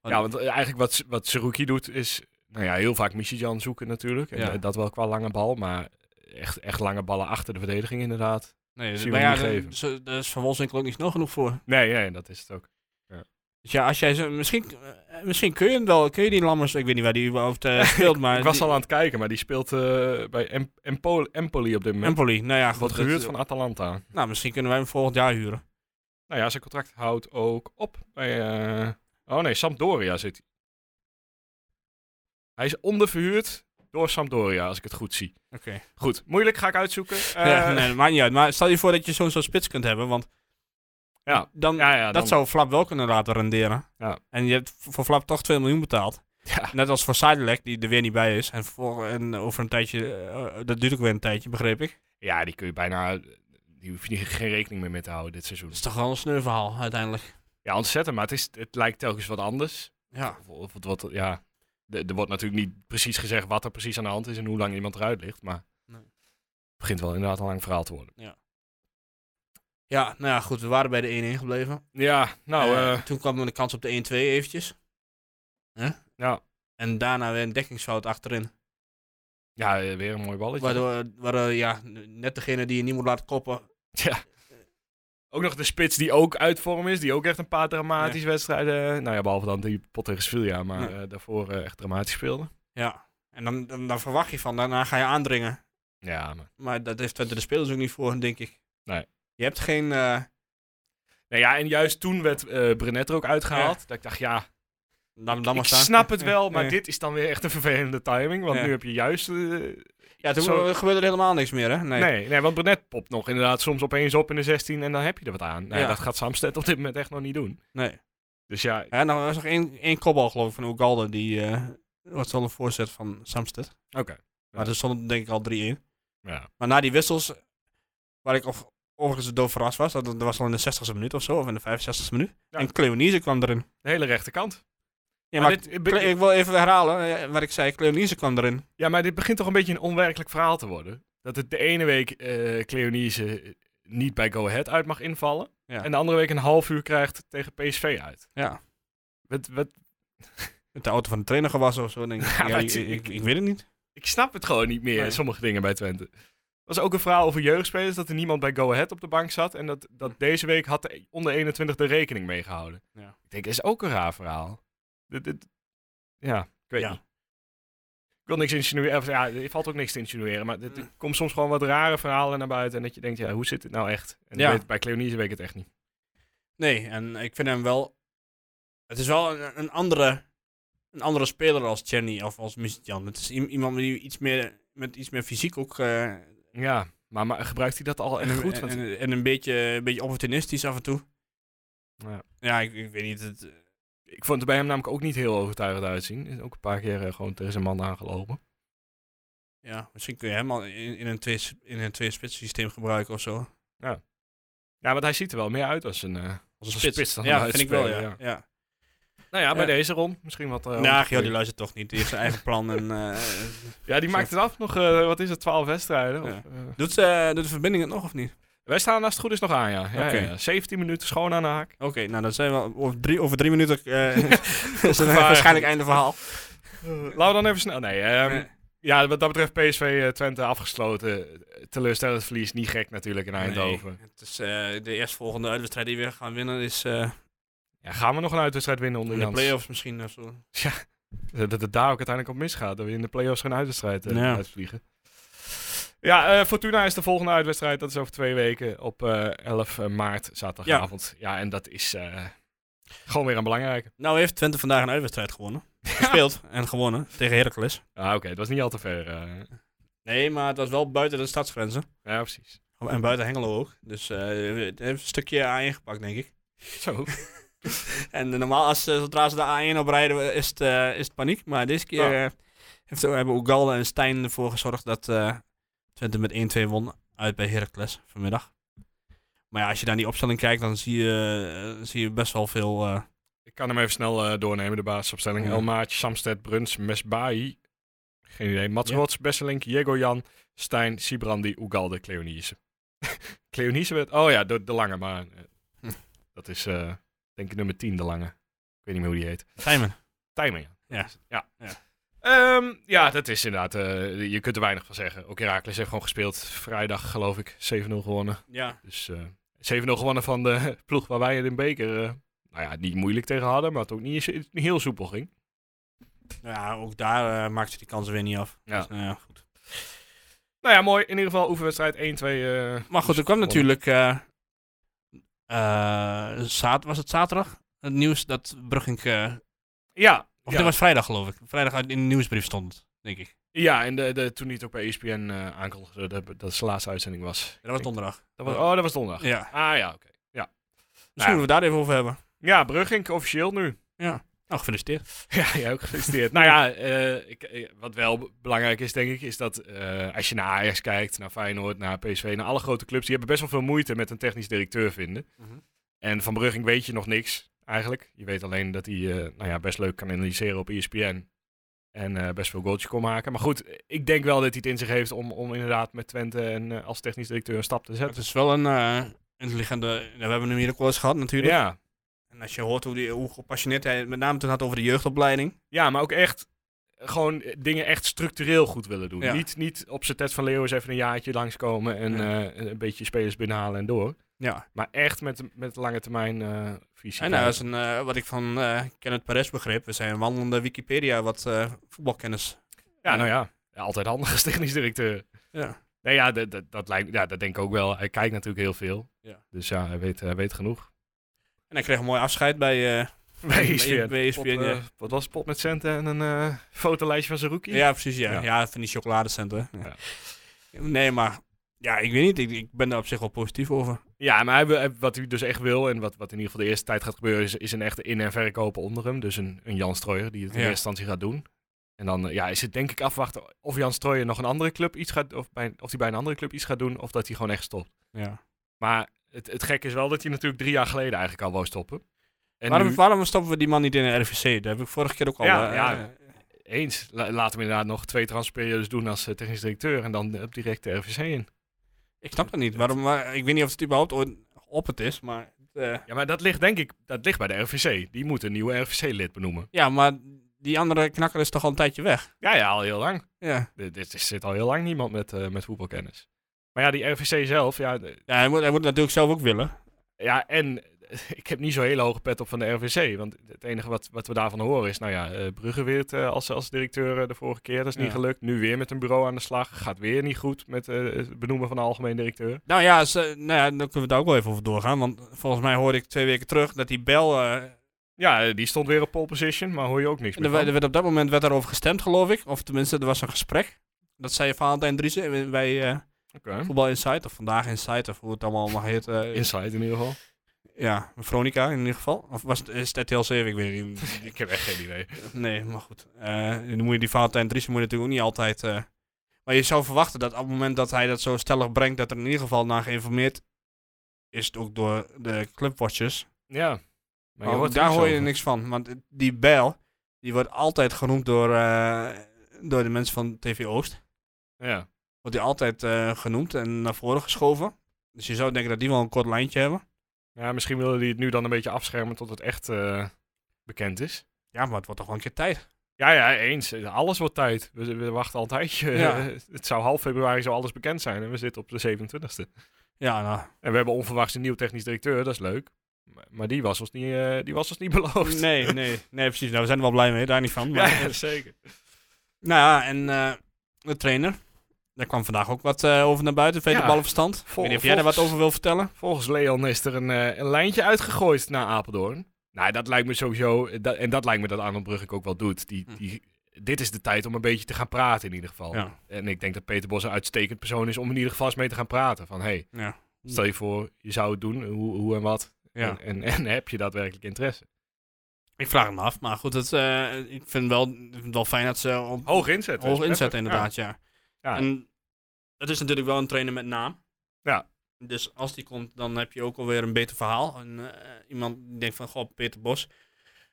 Speaker 4: Want-
Speaker 1: Ja, want eh, eigenlijk wat, S- wat Seruki doet is... Nou ja, heel vaak Michijan zoeken natuurlijk. En,
Speaker 4: Ja.
Speaker 1: eh, dat wel qua lange bal, maar echt, echt lange ballen achter de verdediging inderdaad.
Speaker 4: Nee,
Speaker 1: Zien we
Speaker 4: maar ja,
Speaker 1: hem niet
Speaker 4: daar-
Speaker 1: geven.
Speaker 4: zo- daar is Van Wolfswinkel ook niet snel genoeg voor.
Speaker 1: Nee, nee, dat is het ook.
Speaker 4: Dus ja, als jij zo, misschien, eh, misschien kun je hem wel, kun je die Lammers, ik weet niet waar die überhaupt eh, speelt, maar...
Speaker 1: ik was
Speaker 4: die-
Speaker 1: al aan het kijken, maar die speelt eh, bij Em- Empoli, Empoli op dit moment.
Speaker 4: Empoli, nou ja, goed.
Speaker 1: Wordt
Speaker 4: dat-
Speaker 1: gehuurd van Atalanta.
Speaker 4: Nou, misschien kunnen wij hem volgend jaar huren.
Speaker 1: Nou ja, zijn contract houdt ook op bij... eh, Oh nee, Sampdoria zit hij. Hij is onderverhuurd door Sampdoria, als ik het goed zie.
Speaker 4: Oké.
Speaker 1: Goed, moeilijk ga ik uitzoeken. Eh,
Speaker 4: ja, nee, dat maakt niet uit. Maar stel je voor dat je zo'n zo'n spits kunt hebben, want
Speaker 1: Ja.
Speaker 4: dan,
Speaker 1: ja, ja, dan-
Speaker 4: dat zou Flap wel kunnen laten renderen.
Speaker 1: Ja.
Speaker 4: En je hebt voor voor Flap toch 2 miljoen betaald.
Speaker 1: Ja.
Speaker 4: Net als voor Sidelec, die er weer niet bij is. En, voor, en over een tijdje, eh, dat duurt ook weer een tijdje, begreep ik.
Speaker 1: ja, die kun je bijna... Die hoef je niet- geen rekening meer mee te houden dit seizoen.
Speaker 4: Dat is toch wel een sneu verhaal, uiteindelijk.
Speaker 1: Ja, ontzettend, maar het, is, het lijkt telkens wat anders.
Speaker 4: Ja.
Speaker 1: Of, of het wat, ja... Er er wordt natuurlijk niet precies gezegd wat er precies aan de hand is en hoe lang iemand eruit ligt, maar...
Speaker 4: Nee.
Speaker 1: Het begint wel inderdaad een lang verhaal te worden.
Speaker 4: Ja, nou ja, goed, we waren bij de 1-1 gebleven.
Speaker 1: Ja, nou...
Speaker 4: Eh,
Speaker 1: eh,
Speaker 4: Toen kwam de kans op de 1-2 eventjes. Hè?
Speaker 1: Ja.
Speaker 4: En daarna weer een dekkingsfout achterin.
Speaker 1: Ja, eh, weer een mooi balletje.
Speaker 4: Waardoor, waardoor ja, net degene die je niet moet laten koppen.
Speaker 1: Ja. Ook nog de spits die ook uit vorm is. Die ook echt een paar dramatische wedstrijden... Nou ja, behalve dan die pot tegen Sevilla. Maar eh, daarvoor eh, echt dramatisch speelde.
Speaker 4: Ja. En dan, dan, dan verwacht je van, daarna ga je aandringen.
Speaker 1: Ja, maar...
Speaker 4: Maar dat heeft Twente de spelers ook niet voor, denk ik.
Speaker 1: Nee.
Speaker 4: Je hebt geen... eh,
Speaker 1: Nou ja, en juist toen werd eh Brenet er ook uitgehaald. Dat ik dacht, ja,
Speaker 4: dan, dan
Speaker 1: ik
Speaker 4: maar staan.
Speaker 1: snap het
Speaker 4: Ja,
Speaker 1: wel, maar
Speaker 4: ja.
Speaker 1: dit is dan weer echt een vervelende timing. Want
Speaker 4: Ja.
Speaker 1: nu heb je juist... eh,
Speaker 4: Ja, toen
Speaker 1: zo-
Speaker 4: gebeurde er helemaal niks meer, hè? Nee.
Speaker 1: nee, nee, want Brenet popt nog inderdaad soms opeens op in de 16 en dan heb je er wat aan. Nee,
Speaker 4: Ja.
Speaker 1: Dat gaat Samsted op dit moment echt nog niet doen.
Speaker 4: nee.
Speaker 1: Dus ja,
Speaker 4: Ja, nou, er was nog één, één kopbal, geloof ik, van Ugalde. Die eh was wel een voorzet van Samsted.
Speaker 1: oké.
Speaker 4: Maar er stonden denk ik al drie in.
Speaker 1: Ja.
Speaker 4: Maar na die wissels, waar ik of, overigens doof verrast was, dat, dat was al in de 60ste minuut of zo, of in de 65ste minuut.
Speaker 1: Ja.
Speaker 4: En Cleonise kwam erin.
Speaker 1: De hele rechterkant.
Speaker 4: Ja, maar,
Speaker 1: maar dit,
Speaker 4: Cle- ik wil even herhalen eh, wat ik zei. Cleonise kwam erin.
Speaker 1: Ja, maar dit begint toch een beetje een onwerkelijk verhaal te worden. Dat het de ene week eh Cleonise niet bij Go Ahead uit mag invallen.
Speaker 4: Ja.
Speaker 1: En de andere week een half uur krijgt tegen PSV uit.
Speaker 4: Ja.
Speaker 1: Wat, wat,
Speaker 4: Met de auto van de trainer gewassen of zo. Denk ik.
Speaker 1: Ja,
Speaker 4: Ja,
Speaker 1: maar
Speaker 4: ik,
Speaker 1: het-
Speaker 4: ik, ik weet het niet.
Speaker 1: ik snap het gewoon niet meer,
Speaker 4: Nee.
Speaker 1: sommige dingen bij Twente. Er was ook een verhaal over jeugdspelers, dat er niemand bij Go Ahead op de bank zat. En dat, dat deze week had de e-, onder 21 de rekening mee gehouden.
Speaker 4: Hm. Ja.
Speaker 1: Ik denk, dat is ook een raar verhaal. Dit, dit- ja, ik weet
Speaker 4: Ja.
Speaker 1: niet. Ik wil niks insinueren, of ja, er valt ook niks te insinueren. Maar dit-
Speaker 4: Mm.
Speaker 1: er komen soms gewoon wat rare verhalen naar buiten. En dat je denkt, ja, hoe zit dit nou echt? En
Speaker 4: Ja.
Speaker 1: weet, bij Cleonise weet ik het echt niet.
Speaker 4: Nee, en ik vind hem wel. Het is wel een, een, andere, een andere speler als Jenny of als Misitjan. Het is i- iemand die iets meer, met iets meer fysiek ook. eh,
Speaker 1: Ja, maar, maar gebruikt hij dat al
Speaker 4: en,
Speaker 1: echt
Speaker 4: een-
Speaker 1: goed?
Speaker 4: en,
Speaker 1: Want,
Speaker 4: en, een, beetje, een beetje opportunistisch af en toe.
Speaker 1: Ja.
Speaker 4: Ja, ik, ik weet niet. Het,
Speaker 1: ik vond het bij hem namelijk ook niet heel overtuigend uitzien. Is ook een paar keer eh, gewoon tegen zijn man aangelopen.
Speaker 4: ja, misschien kun je hem al in, in een twee- in een twee-spits systeem gebruiken of zo.
Speaker 1: Ja, want hij ziet er wel meer uit als een, eh,
Speaker 4: Als een
Speaker 1: spits dan
Speaker 4: ja,
Speaker 1: een
Speaker 4: vind ik wel. Ja.
Speaker 1: uitspeler,
Speaker 4: Ja.
Speaker 1: Nou ja, bij
Speaker 4: Ja.
Speaker 1: deze ron misschien wat. eh,
Speaker 4: Nou,
Speaker 1: omgegroeid.
Speaker 4: Gio, die luistert toch niet. Die heeft zijn eigen plan. En, eh,
Speaker 1: ja, die maakt het af nog, eh, wat is het, 12 wedstrijden?
Speaker 4: Ja.
Speaker 1: Of, eh,
Speaker 4: doet, eh, doet de verbinding het nog of niet?
Speaker 1: wij staan als het goed is nog aan, ja. ja,
Speaker 4: Oké.
Speaker 1: ja, ja. 17 minuten schoon aan de haak.
Speaker 4: Oké, nou dan zijn we al- over drie, over drie minuten. eh, is het
Speaker 1: Gevaar.
Speaker 4: waarschijnlijk einde verhaal.
Speaker 1: Laten we dan even snel. Nee, ehm,
Speaker 4: Nee.
Speaker 1: ja, wat dat betreft PSV eh, Twente afgesloten. Teleurstellend verlies, niet gek natuurlijk in Eindhoven.
Speaker 4: Nee, het is, eh, de eerstvolgende uitwedstrijd die we gaan winnen is eh
Speaker 1: Ja, gaan we nog een uitwedstrijd winnen onder
Speaker 4: in de
Speaker 1: Jans?
Speaker 4: play-offs misschien of zo.
Speaker 1: eh, Dat het daar ook uiteindelijk op misgaat. Dat we in de play-offs geen uitwedstrijd eh,
Speaker 4: Ja.
Speaker 1: uitvliegen. Ja, eh, Fortuna is de volgende uitwedstrijd. Dat is over twee weken op eh, 11 maart, zaterdagavond. Ja, en dat is eh, gewoon weer een belangrijke.
Speaker 4: Nou heeft Twente vandaag een uitwedstrijd gewonnen. Gespeeld en gewonnen tegen Heracles.
Speaker 1: Ah, Oké, het was niet al te ver. eh.
Speaker 4: Nee, maar het was wel buiten de stadsgrenzen.
Speaker 1: ja, precies.
Speaker 4: En buiten Hengelo ook. Dus eh het heeft een stukje A1 gepakt, denk ik.
Speaker 1: Zo.
Speaker 4: En eh, normaal, als, eh, zodra ze de A1 oprijden, is het, eh, is het paniek. Maar deze keer eh, heeft, hebben Ugalde en Stijn ervoor gezorgd dat eh, Twente met 1-2 won uit bij Heracles vanmiddag. Maar ja, als je naar die opstelling kijkt, dan zie je, eh, zie je best wel veel... eh,
Speaker 1: Ik kan hem even snel eh, doornemen, de basisopstelling.
Speaker 4: Ja.
Speaker 1: Elmaatje, Samsted, Bruns, Mesbai. Geen idee. Mats
Speaker 4: Ja.
Speaker 1: Rots, Besselink, Diego Jan, Stijn, Sibrandi, Ugalde, Cleonise. Cleonise werd... Oh ja, de, de lange, maar... eh,
Speaker 4: Hm.
Speaker 1: Dat is, eh, denk ik, nummer 10, de lange. Ik weet niet meer hoe die heet.
Speaker 4: Simon.
Speaker 1: Timing.
Speaker 4: Ja.
Speaker 1: Ja.
Speaker 4: Ja.
Speaker 1: Ehm, ja, dat is inderdaad... eh, je kunt er weinig van zeggen. Ook Herakles heeft gewoon gespeeld. Vrijdag, geloof ik, 7-0 gewonnen.
Speaker 4: Ja.
Speaker 1: Dus eh 7-0 gewonnen van de ploeg waar wij het in beker. eh, nou ja, niet moeilijk tegen hadden, maar het ook niet, niet heel soepel ging.
Speaker 4: Nou ja, ook daar eh, maakte die kansen weer niet af.
Speaker 1: Ja.
Speaker 4: Dus, nou ja, goed.
Speaker 1: Nou ja, mooi. In ieder geval oefenwedstrijd 1-2. eh,
Speaker 4: Maar goed, er kwam
Speaker 1: gewonnen.
Speaker 4: natuurlijk... eh eh, zaad, was het zaterdag? Het nieuws dat Brugink... eh,
Speaker 1: Ja.
Speaker 4: of
Speaker 1: ja.
Speaker 4: dat was vrijdag, geloof ik. Vrijdag uit- in de nieuwsbrief stond, het, denk ik.
Speaker 1: Ja, en de, de, toen hij het ook bij ESPN eh aankondigde dat, dat zijn laatste uitzending was.
Speaker 4: Ja, Dat was donderdag.
Speaker 1: Dat was- oh, dat was donderdag.
Speaker 4: Ja. Nou
Speaker 1: Ah ja, oké.
Speaker 4: Misschien moeten we het daar even over hebben.
Speaker 1: Ja, Brugink officieel nu.
Speaker 4: Nou, gefeliciteerd.
Speaker 1: Ja, jij ook gefeliciteerd. nou ja, eh, ik, eh, wat wel b- belangrijk is, denk ik, is dat eh, als je naar Ajax kijkt, naar Feyenoord, naar PSV, naar alle grote clubs, die hebben best wel veel moeite met een technisch directeur vinden.
Speaker 4: Mhm.
Speaker 1: En van Brugging weet je nog niks, eigenlijk. Je weet alleen dat hij eh, nou ja, best leuk kan analyseren op E ESPN. En eh, best veel goaltjes kon maken. Maar goed, ik denk wel dat hij het in zich heeft om, om inderdaad met Twente en eh, als technisch directeur een stap te
Speaker 4: Het
Speaker 1: zetten.
Speaker 4: is wel een eh intelligente... ja, We hebben hem hier ook wel eens gehad natuurlijk.
Speaker 1: Ja,
Speaker 4: En als je hoort hoe, die, hoe gepassioneerd hij het met name toen had over de jeugdopleiding.
Speaker 1: Ja, maar ook echt eh, gewoon eh, dingen echt structureel goed willen doen.
Speaker 4: Ja.
Speaker 1: Niet, niet op zijn Ted van Leeuw eens even een jaartje langskomen en
Speaker 4: Ja.
Speaker 1: eh, een beetje spelers binnenhalen en door.
Speaker 4: Ja.
Speaker 1: Maar echt met, met lange termijn eh, visie.
Speaker 4: En dat is een, eh, wat ik van eh Kenneth Perez begreep. We zijn een wandelende Wikipedia wat eh, voetbalkennis.
Speaker 1: ja, nou ja. Ja, Altijd handig als technisch directeur.
Speaker 4: Ja.
Speaker 1: Nee, ja, dat, dat, dat lijkt, ja, dat denk ik ook wel. Hij kijkt natuurlijk heel veel.
Speaker 4: Ja.
Speaker 1: Dus ja, hij weet, hij weet genoeg.
Speaker 4: En hij kreeg een mooi afscheid bij... E eh
Speaker 1: Bij E ESPN.
Speaker 4: bij ESPN,
Speaker 1: Pot,
Speaker 4: ja.
Speaker 1: eh, wat was het? Pot met centen en een eh, fotolijstje van zijn rookie?
Speaker 4: ja, precies. Ja,
Speaker 1: Ja.
Speaker 4: ja. van die chocoladecenten.
Speaker 1: Ja.
Speaker 4: Ja. Nee, maar... Ja, ik weet niet. Ik, ik ben daar op zich wel positief over.
Speaker 1: Ja, maar hij wil- hij- wat hij dus echt wil en wat, wat in ieder geval de eerste tijd gaat gebeuren, is, is een echte in- en verkopen onder hem. Dus een, een Jan Strooijer die het in
Speaker 4: Ja.
Speaker 1: eerste instantie gaat doen. En dan eh, ja, is het denk ik afwachten of Jan Strooijer nog een andere club iets gaat, of, bij, of hij bij een andere club iets gaat doen, of dat hij gewoon echt stopt.
Speaker 4: Ja.
Speaker 1: Maar het, het gekke is wel dat hij natuurlijk drie jaar geleden eigenlijk al wou stoppen. En
Speaker 4: Waarom,
Speaker 1: nu-
Speaker 4: waarom stoppen we die man niet in een RVC? Dat heb ik vorige keer ook al...
Speaker 1: Ja,
Speaker 4: eh,
Speaker 1: ja.
Speaker 4: eh,
Speaker 1: eens, La- laat hem inderdaad nog twee transferperiodes doen als eh, technisch directeur en dan eh, direct de RVC in.
Speaker 4: Ik snap dat niet. Waarom, waar- ik weet niet of het überhaupt ooit op het is, maar... eh,
Speaker 1: Ja, maar dat ligt denk ik, dat ligt bij de RVC. Die moet een nieuwe RVC-lid benoemen.
Speaker 4: ja, maar die andere knakker is toch al een tijdje weg?
Speaker 1: Ja, ja, al heel lang.
Speaker 4: Ja.
Speaker 1: Er er zit al heel lang niemand met, eh, met voetbalkennis. Maar ja, die RVC zelf, ja, de-
Speaker 4: ja hij, moet, hij moet natuurlijk zelf ook willen.
Speaker 1: ja en eh, ik heb niet zo'n hele hoge pet op van de RVC. Want het enige wat, wat we daarvan horen is, nou ja, eh Brugge weer het, eh, als, als directeur eh, de vorige keer, dat is niet
Speaker 4: Ja.
Speaker 1: gelukt. Nu weer met een bureau aan de slag, gaat weer niet goed met eh, het benoemen van de algemeen directeur.
Speaker 4: Nou ja, ze, nou ja, dan kunnen we daar ook wel even over doorgaan. Want volgens mij hoorde ik twee weken terug dat die bel... eh,
Speaker 1: Ja, eh, die stond weer op pole position, maar hoor je ook niks
Speaker 4: er,
Speaker 1: meer
Speaker 4: werd- er
Speaker 1: van.
Speaker 4: werd op dat moment werd daarover gestemd, geloof ik. Of tenminste, er was een gesprek. Dat zei Valentijn Driessen bij eh
Speaker 1: Oké.
Speaker 4: Voetbal Insight. Of Vandaag Insight, of hoe het allemaal mag heet. eh,
Speaker 1: Inside in ieder geval.
Speaker 4: ja, Veronica in ieder geval. Of was het, is het RTL 7? Ik weet niet.
Speaker 1: Ik heb echt geen idee.
Speaker 4: Nee, maar goed. Eh, dan moet je die Valentijn Driessen moet je natuurlijk ook niet altijd... eh, maar je zou verwachten dat op het moment dat hij dat zo stellig brengt... dat er in ieder geval naar geïnformeerd is... ook door de clubwatchers.
Speaker 1: Ja. Maar
Speaker 4: Maar
Speaker 1: hoort er
Speaker 4: Oh, daar
Speaker 1: niks
Speaker 4: hoor je
Speaker 1: over.
Speaker 4: niks van. Want het- die bijl, die wordt altijd genoemd door, eh, door de mensen van TV Oost.
Speaker 1: Ja.
Speaker 4: Wordt die altijd eh, genoemd en naar voren geschoven. Dus je zou denken dat die wel een kort lijntje hebben.
Speaker 1: ja, misschien willen die het nu dan een beetje afschermen tot het echt eh, bekend is.
Speaker 4: Ja, maar het wordt toch wel een keer tijd.
Speaker 1: Ja, ja, eens. Alles wordt tijd. We, we wachten al een tijdje.
Speaker 4: Ja.
Speaker 1: Eh, Het zou half februari zou alles bekend zijn en we zitten op de 27e.
Speaker 4: Ja, nou.
Speaker 1: En we hebben onverwachts een nieuw technisch directeur, dat is leuk. Maar, maar die, was ons niet, eh, die was ons niet beloofd.
Speaker 4: Nee, nee, nee, precies. Nou, we zijn er wel blij mee, daar niet van.
Speaker 1: Ja,
Speaker 4: Maar,
Speaker 1: ja, zeker.
Speaker 4: Nou ja, en eh, de trainer. Daar kwam vandaag ook wat eh, over naar buiten,
Speaker 1: Ja.
Speaker 4: Vete balverstand. Ik
Speaker 1: Vol-
Speaker 4: weet niet of jij daar wat
Speaker 1: volgens-
Speaker 4: over wil vertellen.
Speaker 1: Volgens Leon is er een, eh, een lijntje uitgegooid naar Apeldoorn. Nou, dat lijkt me sowieso... eh, dat- en dat lijkt me dat Arnold Brugge ook wel doet. Die,
Speaker 4: Hm.
Speaker 1: die, dit is de tijd om een beetje te gaan praten in ieder geval.
Speaker 4: Ja.
Speaker 1: En ik denk dat Peter Bos een uitstekend persoon is om in ieder geval eens mee te gaan praten. Van, hey,
Speaker 4: Ja.
Speaker 1: stel je voor, je zou het doen, hoe, hoe en wat.
Speaker 4: ja.
Speaker 1: En, en, en heb je daadwerkelijk interesse?
Speaker 4: Ik vraag hem af, maar goed, het, eh, ik vind wel, ik vind het wel fijn dat ze op,
Speaker 1: Hoog inzet. dus.
Speaker 4: Hoog inzet inderdaad, ja.
Speaker 1: Ja.
Speaker 4: En het is natuurlijk wel een trainer met naam.
Speaker 1: Ja.
Speaker 4: Dus als die komt, dan heb je ook alweer een beter verhaal. En, eh, iemand die denkt van, goh, Peter Bos.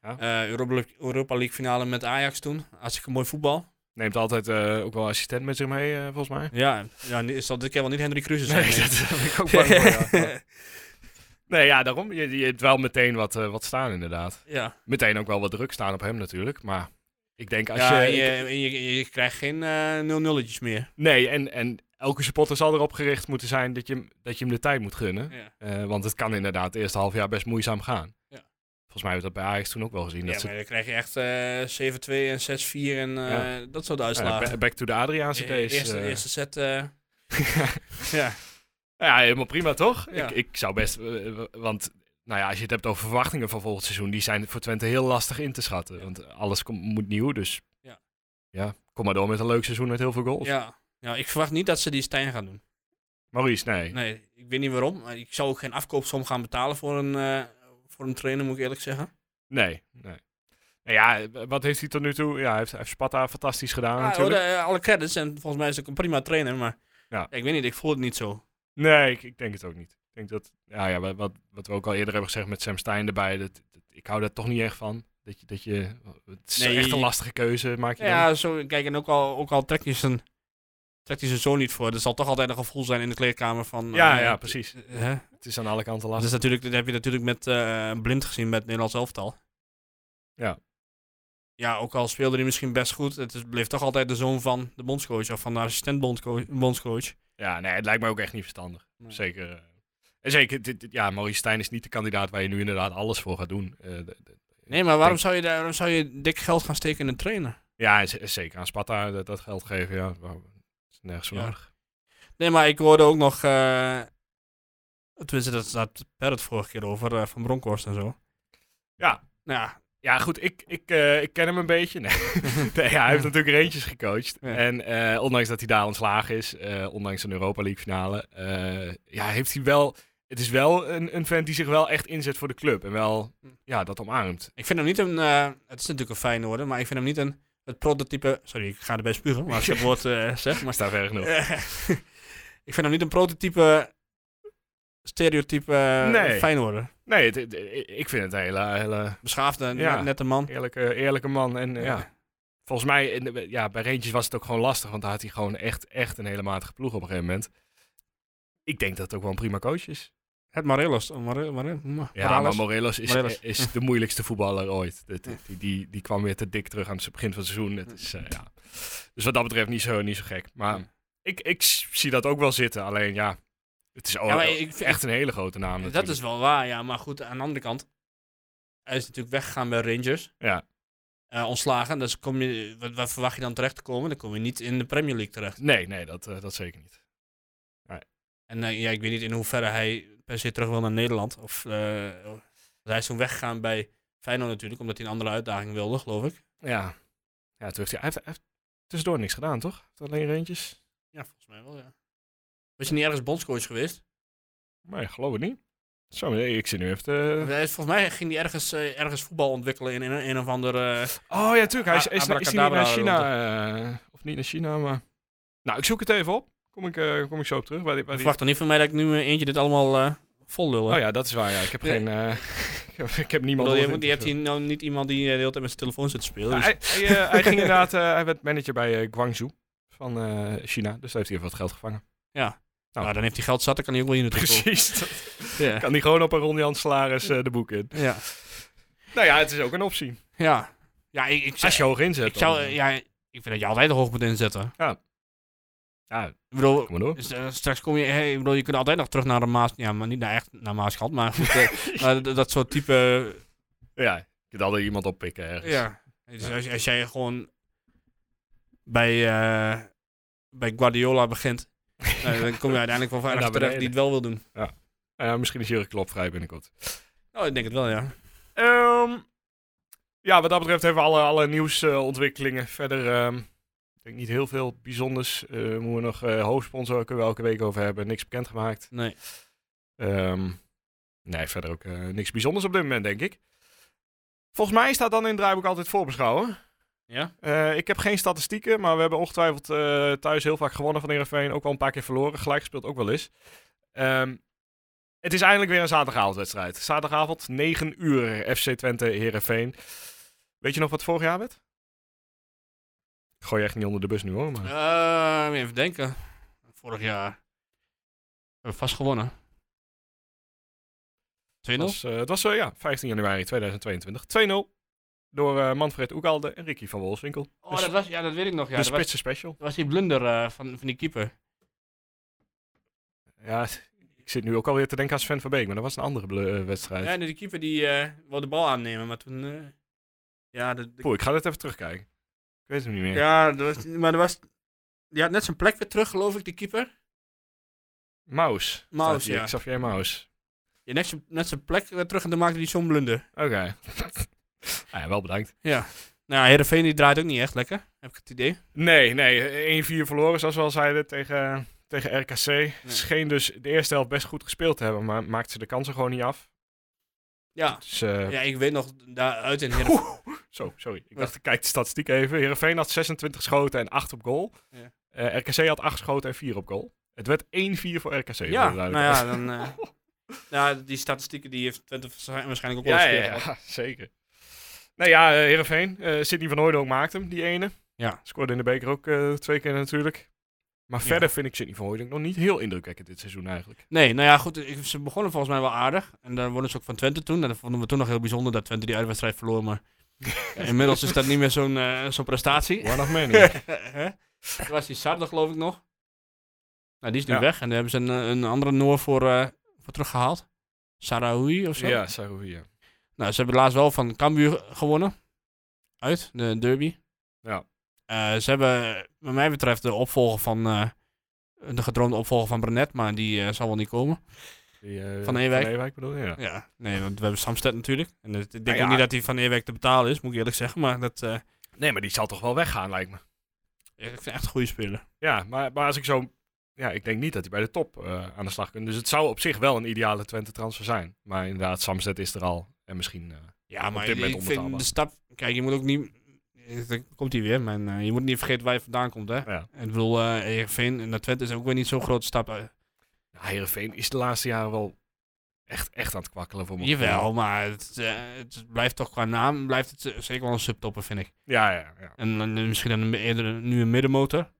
Speaker 1: Ja.
Speaker 4: Eh, Europa, League- Europa League finale met Ajax toen. Hartstikke mooi voetbal.
Speaker 1: Neemt altijd eh, ook wel assistent met zich mee, eh, volgens mij.
Speaker 4: Ja, ja nu is dat dit keer wel niet Henry Kruse zijn.
Speaker 1: Nee,
Speaker 4: nee.
Speaker 1: dat heb ik ook bang voor, ja. Nee, ja, daarom. Je, je hebt wel meteen wat, eh, wat staan, inderdaad.
Speaker 4: ja.
Speaker 1: Meteen ook wel wat druk staan op hem natuurlijk. Maar ik denk als
Speaker 4: Ja,
Speaker 1: je...
Speaker 4: en je, en je, je krijgt geen eh 0 meer.
Speaker 1: Nee, en, en elke supporter zal erop gericht moeten zijn dat je, hem- dat je hem de tijd moet gunnen.
Speaker 4: Ja.
Speaker 1: Eh, want het kan inderdaad het eerste half jaar best moeizaam gaan.
Speaker 4: Ja.
Speaker 1: Volgens mij hebben we dat bij Ajax toen ook wel gezien. dat
Speaker 4: Ja,
Speaker 1: ze,
Speaker 4: maar dan krijg je echt eh 7-2 en 6-4 en eh,
Speaker 1: Ja.
Speaker 4: dat soort
Speaker 1: eh,
Speaker 4: uitslagen.
Speaker 1: ba- back to the Adriaanse
Speaker 4: E-
Speaker 1: days.
Speaker 4: eerste,
Speaker 1: eh.
Speaker 4: eerste set. eh, ja.
Speaker 1: Ja, helemaal prima toch?
Speaker 4: Ja.
Speaker 1: Ik, ik zou best, eh, eh, want nou ja, als je het hebt over verwachtingen van volgend seizoen, die zijn voor Twente heel lastig in te schatten.
Speaker 4: Ja.
Speaker 1: Want alles komt moet nieuw, dus
Speaker 4: Ja.
Speaker 1: ja, kom maar door met een leuk seizoen met heel veel goals.
Speaker 4: Ja. ja, ik verwacht niet dat ze die Stijn gaan doen.
Speaker 1: Maurice, nee.
Speaker 4: Nee, ik weet niet waarom. maar Ik zou ook geen afkoopsom gaan betalen voor een, eh, voor een trainer, moet ik eerlijk zeggen.
Speaker 1: Nee, nee. Nou ja, eh, wat heeft hij tot nu toe? Ja, hij heeft, hij heeft Sparta fantastisch gedaan
Speaker 4: Ah,
Speaker 1: natuurlijk.
Speaker 4: hoor, eh, alle credits en volgens mij is het ook een prima trainer, maar
Speaker 1: Ja.
Speaker 4: ik weet niet, ik voel het niet zo.
Speaker 1: Nee, ik, ik denk het ook niet. Ik denk dat, ja, ja, wat- wat, wat we ook al eerder hebben gezegd met Sam Stein erbij, dat, dat- ik hou daar toch niet echt van. Dat je, dat je, het is
Speaker 4: Nee,
Speaker 1: echt een
Speaker 4: je-
Speaker 1: lastige keuze maak je dan.
Speaker 4: Ja, zo, kijk, en ook al, ook al trek je zijn trekt hij zijn zoon niet voor. Er zal toch altijd een gevoel zijn in de kleedkamer van...
Speaker 1: Ja,
Speaker 4: eh,
Speaker 1: ja, precies.
Speaker 4: Hè?
Speaker 1: Het is aan alle kanten
Speaker 4: Dat,
Speaker 1: lastig.
Speaker 4: is natuurlijk, dat heb je natuurlijk met eh, Blind gezien met het Nederlands elftal.
Speaker 1: Ja.
Speaker 4: Ja, ook al speelde hij misschien best goed, het is- bleef toch altijd de zoon van de bondscoach of van de assistent bondco- bondscoach.
Speaker 1: Ja, nee, het lijkt me ook echt niet verstandig.
Speaker 4: Nee.
Speaker 1: Zeker. eh, en zeker, dit, dit- ja, Maurice Stijn is niet de kandidaat waar je nu inderdaad alles voor gaat doen. Eh, d- d-
Speaker 4: Nee, maar waarom zou je, daar- waarom zou je dik geld gaan steken in een trainer?
Speaker 1: ja, en z- zeker aan Sparta eh, dat, dat geld geven, ja. waar- is nergens voor
Speaker 4: Ja.
Speaker 1: nodig.
Speaker 4: Nee, maar ik hoorde ook nog, eh tenminste dat staat Per het vorige keer over, eh, van Bronkhorst en zo.
Speaker 1: Ja.
Speaker 4: Nou ja,
Speaker 1: Ja, goed, ik, ik, eh, ik ken hem een beetje. Nee. Nee, ja, hij heeft natuurlijk Rangers gecoacht.
Speaker 4: Ja.
Speaker 1: En eh, ondanks dat hij daar ontslagen is, eh, ondanks een Europa League finale, eh, ja, heeft hij wel... Het is wel een, een vent die zich wel echt inzet voor de club. En wel,
Speaker 4: Hm.
Speaker 1: ja, dat omarmt.
Speaker 4: ik vind hem niet een, eh, het is natuurlijk een fijn orde, maar ik vind hem niet een, het prototype, sorry, ik ga erbij spugen, maar als je het woord eh zegt, maar
Speaker 1: Maar staat ver genoeg.
Speaker 4: Eh, ik vind hem niet een prototype stereotype eh,
Speaker 1: Nee.
Speaker 4: Feyenoorder.
Speaker 1: Nee, het- het- ik vind het een hele, hele
Speaker 4: Beschaafde,
Speaker 1: Ja.
Speaker 4: net, nette man.
Speaker 1: eerlijke, eerlijke man. En eh, ja.
Speaker 4: Ja.
Speaker 1: volgens mij, in de- ja, bij Rangers was het ook gewoon lastig. Want daar had hij gewoon echt, echt een hele matige ploeg op een gegeven moment. Ik denk dat het ook wel een prima coach is.
Speaker 4: Het Morelos. More, More- More-
Speaker 1: Ja,
Speaker 4: Morales.
Speaker 1: maar Morelos is,
Speaker 4: Morelos.
Speaker 1: is de moeilijkste voetballer ooit. Dat- dat- die, die, die kwam weer te dik terug aan het begin van het seizoen. Dat is, eh, ja. Dus wat dat betreft niet zo, niet zo gek. Maar
Speaker 4: Ja.
Speaker 1: ik, ik s- zie dat ook wel zitten. Alleen ja, het is ook
Speaker 4: Ja, maar ik vind-
Speaker 1: echt een hele grote naam.
Speaker 4: dat
Speaker 1: natuurlijk.
Speaker 4: is wel waar, ja. Maar goed, aan de andere kant. Hij is natuurlijk weggegaan bij Rangers.
Speaker 1: Ja.
Speaker 4: Eh, ontslagen. Dus kom je, wat, wat verwacht je dan terecht te komen? Dan kom je niet in de Premier League terecht.
Speaker 1: Nee, nee, dat, eh, dat zeker niet.
Speaker 4: En eh, ja, ik weet niet in hoeverre hij per se terug wil naar Nederland. Of, eh, want hij is toen weggegaan bij Feyenoord natuurlijk. Omdat hij een andere uitdaging wilde, geloof ik.
Speaker 1: Ja, ja toen heeft hij, hij heeft, hij heeft tussendoor niks gedaan, toch? Hij had Alleen Rangers?
Speaker 4: Ja, volgens mij wel, ja. Was je niet ergens bondscoach geweest?
Speaker 1: Nee, geloof ik niet. Zo, nee, ik zit nu even te...
Speaker 4: Hij is- Volgens mij ging hij ergens, eh, ergens voetbal ontwikkelen in een, een of ander... eh,
Speaker 1: Oh ja, tuurlijk. Hij is,
Speaker 4: A-
Speaker 1: is, is niet naar
Speaker 4: abracadabra
Speaker 1: China. eh, of niet naar China, maar... Nou, ik zoek het even op. Kom ik, eh, kom ik zo op terug. Waar die, waar die-
Speaker 4: Verwacht dan niet van mij dat ik nu eh, eentje dit allemaal eh vol lul. hè?
Speaker 1: Oh ja, dat is waar. Ja. Ik heb
Speaker 4: Nee.
Speaker 1: geen... eh, ik, heb, ik heb
Speaker 4: Ik
Speaker 1: niemand...
Speaker 4: bedoel, je,
Speaker 1: onder
Speaker 4: moet- je hebt
Speaker 1: interview.
Speaker 4: hier nou niet iemand die eh, de hele tijd met zijn telefoon zit te spelen.
Speaker 1: Nou,
Speaker 4: dus-
Speaker 1: hij, hij, eh, hij ging inderdaad... eh, hij werd manager bij eh, Guangzhou van eh, China. Dus daar heeft hij even wat geld gevangen.
Speaker 4: nou, dan heeft hij geld zat, dan kan hij ook wel hier naartoe komen.
Speaker 1: Precies. Dat
Speaker 4: Ja.
Speaker 1: kan hij gewoon op een Ron Jan Salaris eh, de boek in.
Speaker 4: Ja.
Speaker 1: Nou ja, het is ook een optie.
Speaker 4: ja. Ja, ik, ik, zou-
Speaker 1: Als je hoog inzet.
Speaker 4: ik zou...
Speaker 1: dan,
Speaker 4: eh,
Speaker 1: eh,
Speaker 4: Ja, ik vind dat je altijd een hoogpunt inzetten.
Speaker 1: ja,
Speaker 4: Ik bedoel,
Speaker 1: kom maar door.
Speaker 4: Dus, eh, straks kom je, hey, ik bedoel, je kunt altijd nog terug naar de Maas, ja, maar niet naar echt naar Maasgat, maar goed, eh, maar d- dat soort type,
Speaker 1: Ja, je kunt altijd iemand oppikken ergens.
Speaker 4: ja. Dus als, als jij gewoon bij, eh, bij Guardiola begint, eh, dan kom je uiteindelijk wel
Speaker 1: En
Speaker 4: vaak
Speaker 1: naar
Speaker 4: terecht die
Speaker 1: beneden.
Speaker 4: het wel wil doen.
Speaker 1: Eh, misschien is Jurgen Klopp vrij binnenkort.
Speaker 4: Oh, ik denk het wel, ja.
Speaker 1: Ehm, ja, wat dat betreft hebben we alle, alle nieuwsontwikkelingen. Verder, ehm, ik denk niet heel veel bijzonders. Eh, moeten we nog eh hoofdsponsor, kunnen we elke week over hebben. Niks bekendgemaakt.
Speaker 4: Nee.
Speaker 1: Ehm, nee, verder ook eh, niks bijzonders op dit moment, denk ik. Volgens mij staat dan in het draaiboek altijd voorbeschouwen.
Speaker 4: Ja?
Speaker 1: Eh, ik heb geen statistieken, maar we hebben ongetwijfeld eh, thuis heel vaak gewonnen van Heerenveen. Ook wel een paar keer verloren. Gelijk gespeeld ook wel eens. Ehm, het is eindelijk weer een zaterdagavondwedstrijd. Zaterdagavond, 9 uur, FC Twente Heerenveen. Weet je nog wat vorig jaar werd? Ik gooi je echt niet onder de bus nu hoor. Maar...
Speaker 4: Eh, even denken. Vorig jaar hebben we vast gewonnen. 2-0?
Speaker 1: Het was, eh, het was eh, ja, 15 januari 2022. 2-0 door eh, Manfred Oekalde en Ricky van Wolfswinkel.
Speaker 4: Oh, dat was, ja, dat weet ik nog, ja.
Speaker 1: de
Speaker 4: Dat was,
Speaker 1: spitsen special.
Speaker 4: dat was die blunder eh, van, van die keeper.
Speaker 1: Ja, ik zit nu ook alweer te denken aan Sven van Beek, maar dat was een andere blu- eh, wedstrijd.
Speaker 4: Ja, nee, de keeper die eh, wou de bal aannemen, maar toen... eh, ja, de, de-
Speaker 1: Poeh, ik ga dit even terugkijken. Ik weet het niet meer.
Speaker 4: ja er was, maar er was... Die had net zijn plek weer terug, geloof ik, de keeper.
Speaker 1: Maus.
Speaker 4: Maus,
Speaker 1: staat hier.
Speaker 4: ja.
Speaker 1: Xavier Maus.
Speaker 4: Ja, net, zijn, net zijn plek weer terug en dan maakte hij zo'n blunder.
Speaker 1: Oké. Ah ja, wel bedankt.
Speaker 4: Ja. Nou, ja, Heerenveen die draait ook niet echt lekker, heb ik het idee.
Speaker 1: Nee, nee. 1-4 verloren, zoals we al zeiden, tegen, tegen RKC. Scheen dus de eerste helft best goed gespeeld te hebben, maar maakte ze de kansen gewoon niet af.
Speaker 4: Ja.
Speaker 1: Dus, eh,
Speaker 4: Ja, ik weet nog, daaruit in Heerenveen...
Speaker 1: Zo, sorry. Ik
Speaker 4: Wat?
Speaker 1: dacht, ik kijk de statistiek even. Heerenveen had 26 schoten en 8 op goal.
Speaker 4: Ja.
Speaker 1: Eh, RKC had 8 schoten en 4 op goal. Het werd 1-4 voor RKC. voor de
Speaker 4: Ja, nou ja,
Speaker 1: duidelijkheid.
Speaker 4: dan... eh, nou, die statistieken die heeft Twente waarschijnlijk ook
Speaker 1: Ja,
Speaker 4: wel eens
Speaker 1: ja,
Speaker 4: eerder gehad.
Speaker 1: ja, zeker. Nou ja, eh, Heerenveen. eh Sidney van Hooydonk maakte hem, die ene.
Speaker 4: Ja.
Speaker 1: Scoorde in de beker ook eh, twee keer natuurlijk. Maar verder vind ik Sidney van Hooydonk nog niet heel indrukwekkend dit seizoen eigenlijk.
Speaker 4: Nee, nou ja, goed. ik- Ze begonnen volgens mij wel aardig. En dan wonnen ze ook van Twente toen. En dat vonden we toen nog heel bijzonder dat Twente die uitwedstrijd verloor. Maar inmiddels is dat niet meer zo'n eh, zo'n prestatie.
Speaker 1: One of many.
Speaker 4: Hè? Toen was die Sarda, geloof ik nog. Nou, die is nu
Speaker 1: Ja.
Speaker 4: weg. En daar hebben ze een, een andere Noor voor, eh, voor teruggehaald. Sarawi of zo.
Speaker 1: ja, Sarouy, ja.
Speaker 4: Nou, ze hebben laatst wel van Cambuur gewonnen. Uit, de derby.
Speaker 1: Ja.
Speaker 4: Eh, ze hebben, wat mij betreft, de opvolger van... eh, de gedroomde opvolger van Brenet, maar die eh, zal wel niet komen.
Speaker 1: Die, eh,
Speaker 4: Van Ewijk.
Speaker 1: bedoel je? Ja.
Speaker 4: Ja, nee, want we hebben Samsted natuurlijk. En het- ik denk
Speaker 1: ja.
Speaker 4: ook niet dat hij van Eerwijk te betalen is, moet ik eerlijk zeggen. Maar dat, eh,
Speaker 1: Nee, maar die zal toch wel weggaan, lijkt me.
Speaker 4: ik vind het echt een goede speler.
Speaker 1: Ja, maar, maar als ik zo... Ja, ik denk niet dat hij bij de top eh, aan de slag kan. Dus het zou op zich wel een ideale Twente-transfer zijn. Maar inderdaad, Samzet is er al. En misschien... eh,
Speaker 4: Ja,
Speaker 1: Op
Speaker 4: maar
Speaker 1: dit
Speaker 4: ik
Speaker 1: moment
Speaker 4: ik
Speaker 1: onbetaalbaar.
Speaker 4: vind de stap... Kijk, je moet ook niet... eh, Dan komt hij weer, maar eh, je moet niet vergeten waar je vandaan komt, hè.
Speaker 1: ja.
Speaker 4: Ik bedoel, eh Heerenveen en naar Twente is ook weer niet zo'n grote stap. eh.
Speaker 1: Ja, Heerenveen is de laatste jaren wel echt, echt aan het kwakkelen voor mijn
Speaker 4: Jawel, maar het, eh, het blijft toch qua naam blijft het eh, zeker wel een subtopper, vind ik.
Speaker 1: gevoel. Ja, ja, ja.
Speaker 4: En dan, eh, misschien dan een- eerder een- nu een middenmotor.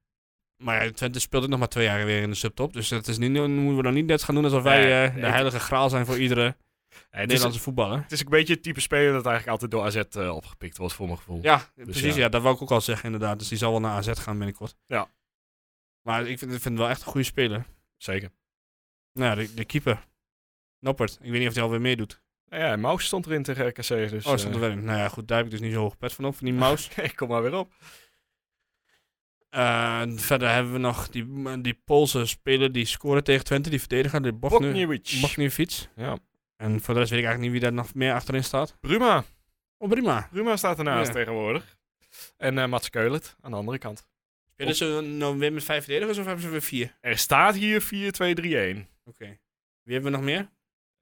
Speaker 4: Maar ja, Twente speelt ook nog maar twee jaar weer in de subtop. Dus dat is niet, dan moeten we dan niet net gaan doen alsof wij
Speaker 1: Nee,
Speaker 4: eh,
Speaker 1: nee,
Speaker 4: de
Speaker 1: ik-
Speaker 4: heilige graal zijn voor iedere
Speaker 1: Het, is,
Speaker 4: Nederlandse voetballer.
Speaker 1: het is een beetje het type speler dat eigenlijk altijd door AZ eh, opgepikt wordt, voor mijn gevoel.
Speaker 4: Ja, precies.
Speaker 1: ja.
Speaker 4: Dus Ja. dat wou ik ook al zeggen inderdaad. Dus die zal wel naar AZ gaan binnenkort.
Speaker 1: Ja.
Speaker 4: Maar ik vind, ik vind het wel echt een goede speler.
Speaker 1: Zeker.
Speaker 4: Nou, ja, de, de keeper. Noppert. Ik weet niet of hij alweer meedoet.
Speaker 1: Nou ja, Maus stond erin tegen RKC. Dus,
Speaker 4: Oh, stond er
Speaker 1: eh,
Speaker 4: wel in. Nou ja, goed. Daar heb ik dus niet zo hoog pet van op, van die Maus.
Speaker 1: nee, kom maar weer op.
Speaker 4: Eh, verder hebben we nog die, die Poolse speler die scoorde tegen Twente. Die verdediger, de Bognu-
Speaker 1: Bokniewicz.
Speaker 4: Bogniewicz.
Speaker 1: Ja.
Speaker 4: En voor de rest weet ik eigenlijk niet wie daar nog meer achterin staat.
Speaker 1: Bruma.
Speaker 4: Oh, prima.
Speaker 1: Bruma staat ernaast
Speaker 4: Ja.
Speaker 1: tegenwoordig. En eh Mats Keulert aan de andere kant.
Speaker 4: Spelen ze nou weer met vijf verdedigers of hebben ze weer vier?
Speaker 1: Er staat hier 4-2-3-1.
Speaker 4: Oké. Wie hebben we nog meer?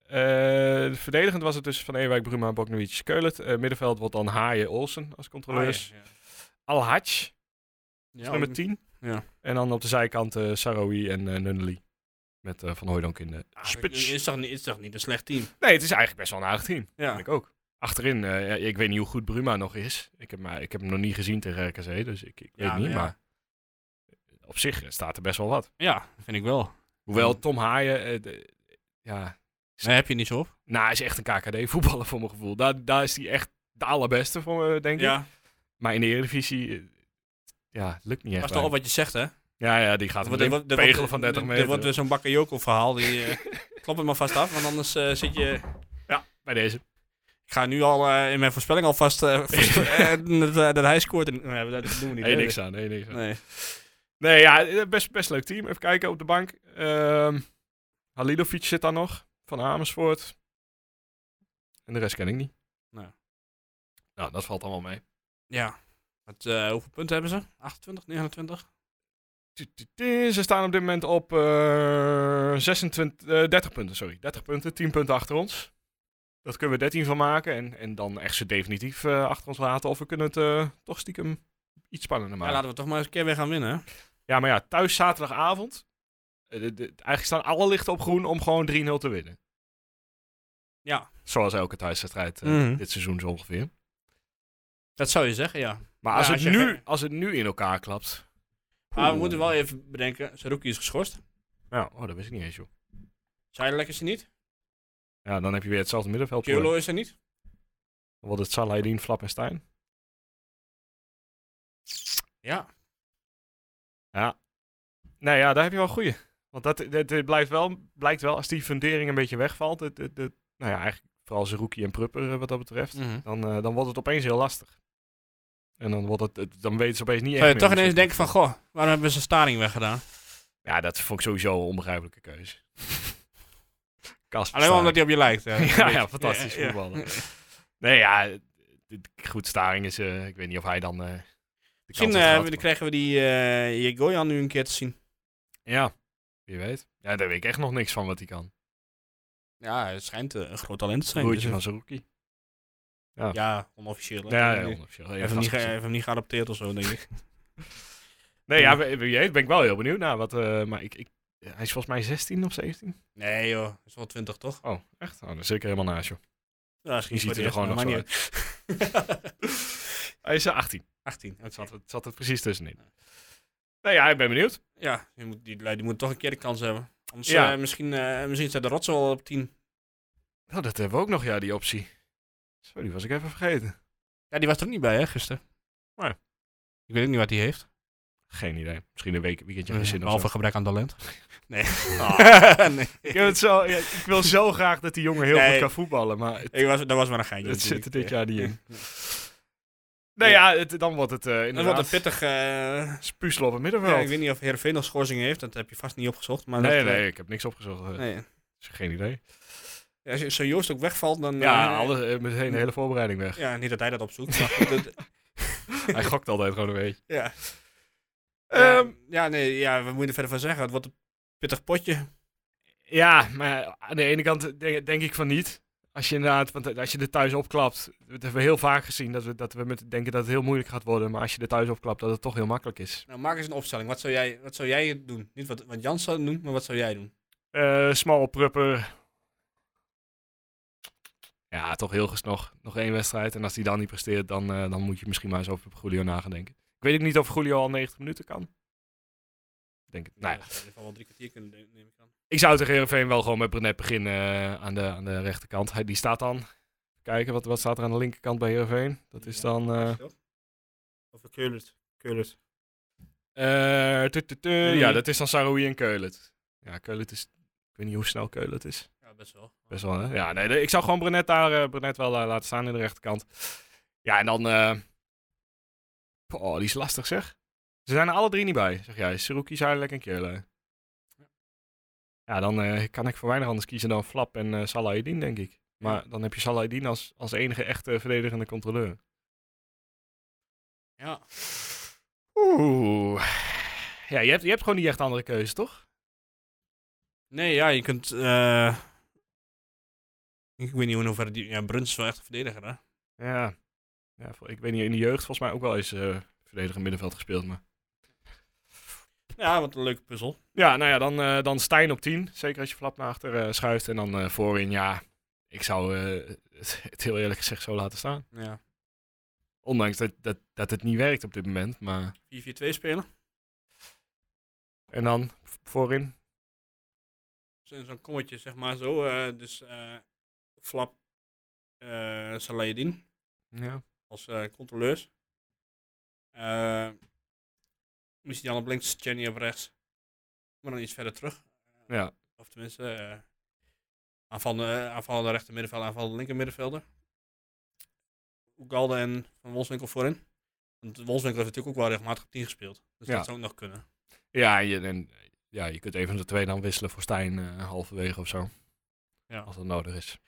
Speaker 1: Eh, verdedigend was het dus Van Ewijk, Bruma, Boknovic, Keulert. Eh, middenveld wordt dan Haaien, Olsen als controleurs.
Speaker 4: Ah, ja, ja.
Speaker 1: Al Hatch,
Speaker 4: Ja,
Speaker 1: nummer
Speaker 4: ook-
Speaker 1: 10.
Speaker 4: Ja.
Speaker 1: En dan op de zijkant eh Saroui en eh Nunnely. Met eh, Van Hooydonk in de
Speaker 4: Ah,
Speaker 1: spits.
Speaker 4: Is toch, niet, is toch niet een slecht team?
Speaker 1: Nee, het is eigenlijk best wel een aardig team.
Speaker 4: Ja.
Speaker 1: Vind ik ook. Achterin, eh, ja, ik weet niet hoe goed Bruma nog is. Ik heb, maar, ik heb hem nog niet gezien tegen RKC, dus ik, ik weet
Speaker 4: Ja,
Speaker 1: niet.
Speaker 4: ja.
Speaker 1: Maar op zich eh, staat er best wel wat.
Speaker 4: Ja, vind ik wel.
Speaker 1: Hoewel Tom Haaien, eh, de- ja,
Speaker 4: Daar heb je niet zo op.
Speaker 1: nou, hij is echt een KKD-voetballer voor mijn gevoel. Daar, daar is hij echt de allerbeste voor, eh, denk ik. Maar in de Eredivisie, eh, ja, lukt niet echt.
Speaker 4: Pas toch
Speaker 1: bij
Speaker 4: op wat je zegt, hè?
Speaker 1: hem. Ja, ja, die gaat
Speaker 4: Dat
Speaker 1: hem
Speaker 4: wordt- dat
Speaker 1: pegelen
Speaker 4: wordt-
Speaker 1: van 30
Speaker 4: dat
Speaker 1: meter.
Speaker 4: wordt dus- weer zo'n Bakayoko-verhaal. Die, eh, klop het maar vast af, want anders eh, zit je...
Speaker 1: Bij deze.
Speaker 4: Ik ga nu al eh, in mijn voorspelling alvast... eh, voorspe- eh, dat, eh, dat hij scoort. En, nee, dat doen we niet.
Speaker 1: Nee,
Speaker 4: hè? Dus-
Speaker 1: niks aan, nee, niks aan. Nee,
Speaker 4: Nee.
Speaker 1: ja, eh, best, best leuk team. Even kijken op de bank. Ehm Halilovic zit daar nog, van Amersfoort. En de rest ken ik niet.
Speaker 4: Nou.
Speaker 1: Nou, dat valt allemaal mee.
Speaker 4: Ja. Wat, eh, hoeveel punten hebben ze? 28, 29?
Speaker 1: Tu- tu- tu. Ze staan op dit moment op eh 26, eh, 30 punten, sorry. 30 punten, 10 punten achter ons. Dat kunnen we 13 van maken en, en dan echt ze definitief eh, achter ons laten. Of we kunnen het eh, toch stiekem iets spannender
Speaker 4: Ja,
Speaker 1: maken. Ja,
Speaker 4: laten we toch maar eens een keer weer gaan winnen, hè?
Speaker 1: maar ja, thuis zaterdagavond. eh, de- de- eigenlijk staan alle lichten op groen om gewoon 3-0 te winnen.
Speaker 4: Ja.
Speaker 1: Zoals elke thuiswedstrijd eh,
Speaker 4: Mhm.
Speaker 1: dit seizoen zo ongeveer.
Speaker 4: Dat zou je zeggen, ja.
Speaker 1: Maar als,
Speaker 4: Ja,
Speaker 1: het,
Speaker 4: als je-
Speaker 1: nu, als het nu in elkaar klapt.
Speaker 4: Maar we
Speaker 1: Oeh.
Speaker 4: moeten wel even bedenken, Saruki is geschorst.
Speaker 1: Ja, oh, dat wist ik niet eens, joh.
Speaker 4: Zijdelijk is er niet.
Speaker 1: Ja, dan heb je weer hetzelfde middenveld.
Speaker 4: Kyolo is er niet.
Speaker 1: Dan wordt het Salahidin, Flap en Stijn.
Speaker 4: Ja.
Speaker 1: Nou ja, daar heb je wel een goeie. Want dat, dat, dat blijft wel, blijkt wel, als die fundering een beetje wegvalt, het, het, het- nou ja, eigenlijk vooral Zerouki en Prupper eh, wat dat betreft,
Speaker 4: Mm.
Speaker 1: dan, eh, dan wordt het opeens heel lastig. En dan, wordt het, het- dan weten ze opeens niet echt
Speaker 4: Zou je
Speaker 1: meer
Speaker 4: toch
Speaker 1: hoe ze-
Speaker 4: ineens denken van, goh, waarom hebben ze Staring weggedaan?
Speaker 1: Ja, dat vond ik sowieso een onbegrijpelijke keuze. Kasper
Speaker 4: Alleen maar
Speaker 1: Staring.
Speaker 4: omdat hij op je lijkt. eh, Ja,
Speaker 1: Ja, ja, fantastisch voetballer. Nee, ja, dit- goed, Staring is, eh, ik weet niet of hij dan eh, de kans
Speaker 4: Misschien
Speaker 1: had
Speaker 4: eh,
Speaker 1: gehad,
Speaker 4: we-
Speaker 1: maar-
Speaker 4: krijgen we die eh Yegoyan nu een keer te zien.
Speaker 1: Ja, wie weet. Ja, daar weet ik echt nog niks van wat hij kan.
Speaker 4: Ja, hij schijnt eh, een groot talent te zijn.
Speaker 1: Broertje van
Speaker 4: dus,
Speaker 1: Zerouki.
Speaker 4: eh, ja, onofficieel. hè.
Speaker 1: Ja, ja,
Speaker 4: Hij
Speaker 1: onofficieel. Even
Speaker 4: heeft hem niet, ge-
Speaker 1: gastgezin.
Speaker 4: hij heeft hem niet geadopteerd of zo, denk ik.
Speaker 1: Nee, ja, wie wie weet, ben ik wel heel benieuwd naar. Wat, eh, maar ik, ik, hij is volgens mij 16 of 17.
Speaker 4: Nee joh, hij is wel 20 toch?
Speaker 1: Oh, echt? Oh, dan zit ik er helemaal naast, joh.
Speaker 4: Ja, misschien
Speaker 1: Je ziet
Speaker 4: voor
Speaker 1: er
Speaker 4: de
Speaker 1: gewoon nog
Speaker 4: rest,
Speaker 1: zo
Speaker 4: maar
Speaker 1: uit.
Speaker 4: maakt niet uit.
Speaker 1: Hij is eh, 18.
Speaker 4: 18, oké.
Speaker 1: Het zat, het zat er precies tussenin. Nou ja, ik ben benieuwd.
Speaker 4: Ja, die moet, die, lui- die moet toch een keer de kans hebben. Anders
Speaker 1: Ja.
Speaker 4: eh, misschien, eh, misschien staat de rots al op 10.
Speaker 1: Nou, dat hebben we ook nog, ja, die optie. Sorry, was ik even vergeten.
Speaker 4: Ja, die was er ook niet bij, hè, gisteren.
Speaker 1: Nee.
Speaker 4: Ik weet ook niet wat hij heeft.
Speaker 1: Geen idee. Misschien een week, weekendje
Speaker 4: Eh,
Speaker 1: gezin of
Speaker 4: Behalve
Speaker 1: zo.
Speaker 4: gebrek aan talent. Nee. Ah. nee.
Speaker 1: Ik, heb het zo, ja, ik wil zo graag dat die jongen heel
Speaker 4: Nee.
Speaker 1: goed kan voetballen, maar het,
Speaker 4: Ik was, dat was maar een geintje.
Speaker 1: het zit er dit
Speaker 4: natuurlijk.
Speaker 1: jaar niet in. Nou ja, het- dan wordt het eh
Speaker 4: Dat
Speaker 1: inderdaad
Speaker 4: wordt een pittig... eh,
Speaker 1: is puzzel op het middenveld.
Speaker 4: ja, ik weet niet of Heerenveen nog schorsingen heeft. Dat heb je vast niet opgezocht. Maar
Speaker 1: nee,
Speaker 4: dat, eh,
Speaker 1: nee, ik heb niks opgezocht. eh,
Speaker 4: nee.
Speaker 1: dus geen idee.
Speaker 4: Ja, Als je- zo Joost ook wegvalt, dan...
Speaker 1: Ja,
Speaker 4: eh,
Speaker 1: alles, eh, meteen de hele voorbereiding weg.
Speaker 4: Ja, niet dat hij dat opzoekt. maar goed, dat-
Speaker 1: Hij gokt altijd gewoon een beetje. Ehm,
Speaker 4: ja.
Speaker 1: Ja,
Speaker 4: Ja, ja, nee, ja, we moeten er verder van zeggen. Het wordt een pittig potje.
Speaker 1: ja, maar aan de ene kant denk, denk ik van niet. Als je inderdaad, want eh, als je er thuis opklapt, dat hebben we heel vaak gezien, dat we, dat we met, denken dat het heel moeilijk gaat worden. Maar als je er thuis opklapt, dat het toch heel makkelijk is.
Speaker 4: Nou, maak eens een opstelling. Wat zou jij, wat zou jij doen? Niet wat, wat Jans zou doen, maar wat zou jij doen?
Speaker 1: Eh smal, prupper. Ja, toch heel ges- nog, nog één wedstrijd. En als die dan niet presteert, dan, eh, dan moet je misschien maar eens over Julio nagedenken. Ik weet ook niet of Julio al 90 minuten kan. Denk het. Nou ja.
Speaker 4: dat zou in ieder geval wel drie kwartier kunnen doen, neem ik aan.
Speaker 1: Ik zou tegen Heerenveen wel gewoon met Brenet beginnen eh, aan, de, aan de rechterkant. Hij, die staat dan. Kijken, wat, wat staat er aan de linkerkant bij Heerenveen? Dat is
Speaker 4: Ja,
Speaker 1: dan... eh,
Speaker 4: Of Keulert. Keulert.
Speaker 1: eh, tu- tu- tu- Ja, dat is dan Saroui en Keulet. Ja, Keulet is... Ik weet niet hoe snel Keulet is.
Speaker 4: Ja, best wel.
Speaker 1: Best wel, hè? Ja, nee, de- ik zou gewoon Brenet daar eh, Brenet wel eh, laten staan in de rechterkant. Ja, en dan... eh, Oh, die is lastig, zeg. Ze zijn er alle drie niet bij, zeg jij. Saruki, Zuidelijk en Keulen. Ja, dan eh, kan ik voor weinig anders kiezen dan Flap en eh Salahedin, denk ik. Maar dan heb je Salahedin als, als enige echte verdedigende controleur.
Speaker 4: Ja.
Speaker 1: Oeh. Ja, je hebt, je hebt gewoon niet echt andere keuze, toch?
Speaker 4: Nee, ja, je kunt... eh, ik weet niet hoe ver die... Ja, Bruns is wel echt een verdediger, hè?
Speaker 1: Ja. ja voor- ik weet niet, in de jeugd volgens mij ook wel eens eh verdedigend middenveld gespeeld, maar...
Speaker 4: Ja, wat een leuke puzzel.
Speaker 1: Ja, nou ja, dan, eh, dan Stijn op 10. Zeker als je flap naar achter eh, schuift. En dan eh, voorin, ja, ik zou eh, het, het heel eerlijk gezegd zo laten staan.
Speaker 4: Ja.
Speaker 1: Ondanks dat, dat, dat het niet werkt op dit moment. Maar...
Speaker 4: 4-4-2 spelen.
Speaker 1: En dan v- voorin.
Speaker 4: Zo- Zo'n kommetje, zeg maar zo. eh, dus eh, Flap, eh Saladin.
Speaker 1: Ja.
Speaker 4: als eh, controleurs. Eh misschien dan op links, Jenny op rechts. Maar dan iets verder terug.
Speaker 1: Ja.
Speaker 4: Of tenminste, eh, aanvallende, eh, aanvallende rechter middenvelder, aanvallende linker middenvelder. Oegalde en Van Wolfswinkel voorin. Want Wolfswinkel heeft natuurlijk ook wel regelmatig op 10 gespeeld. Dus
Speaker 1: Ja.
Speaker 4: dat zou ook nog kunnen.
Speaker 1: Ja, je, en, ja, je kunt even van de twee dan wisselen voor Stijn eh, halverwege of zo.
Speaker 4: Ja.
Speaker 1: Als dat nodig is.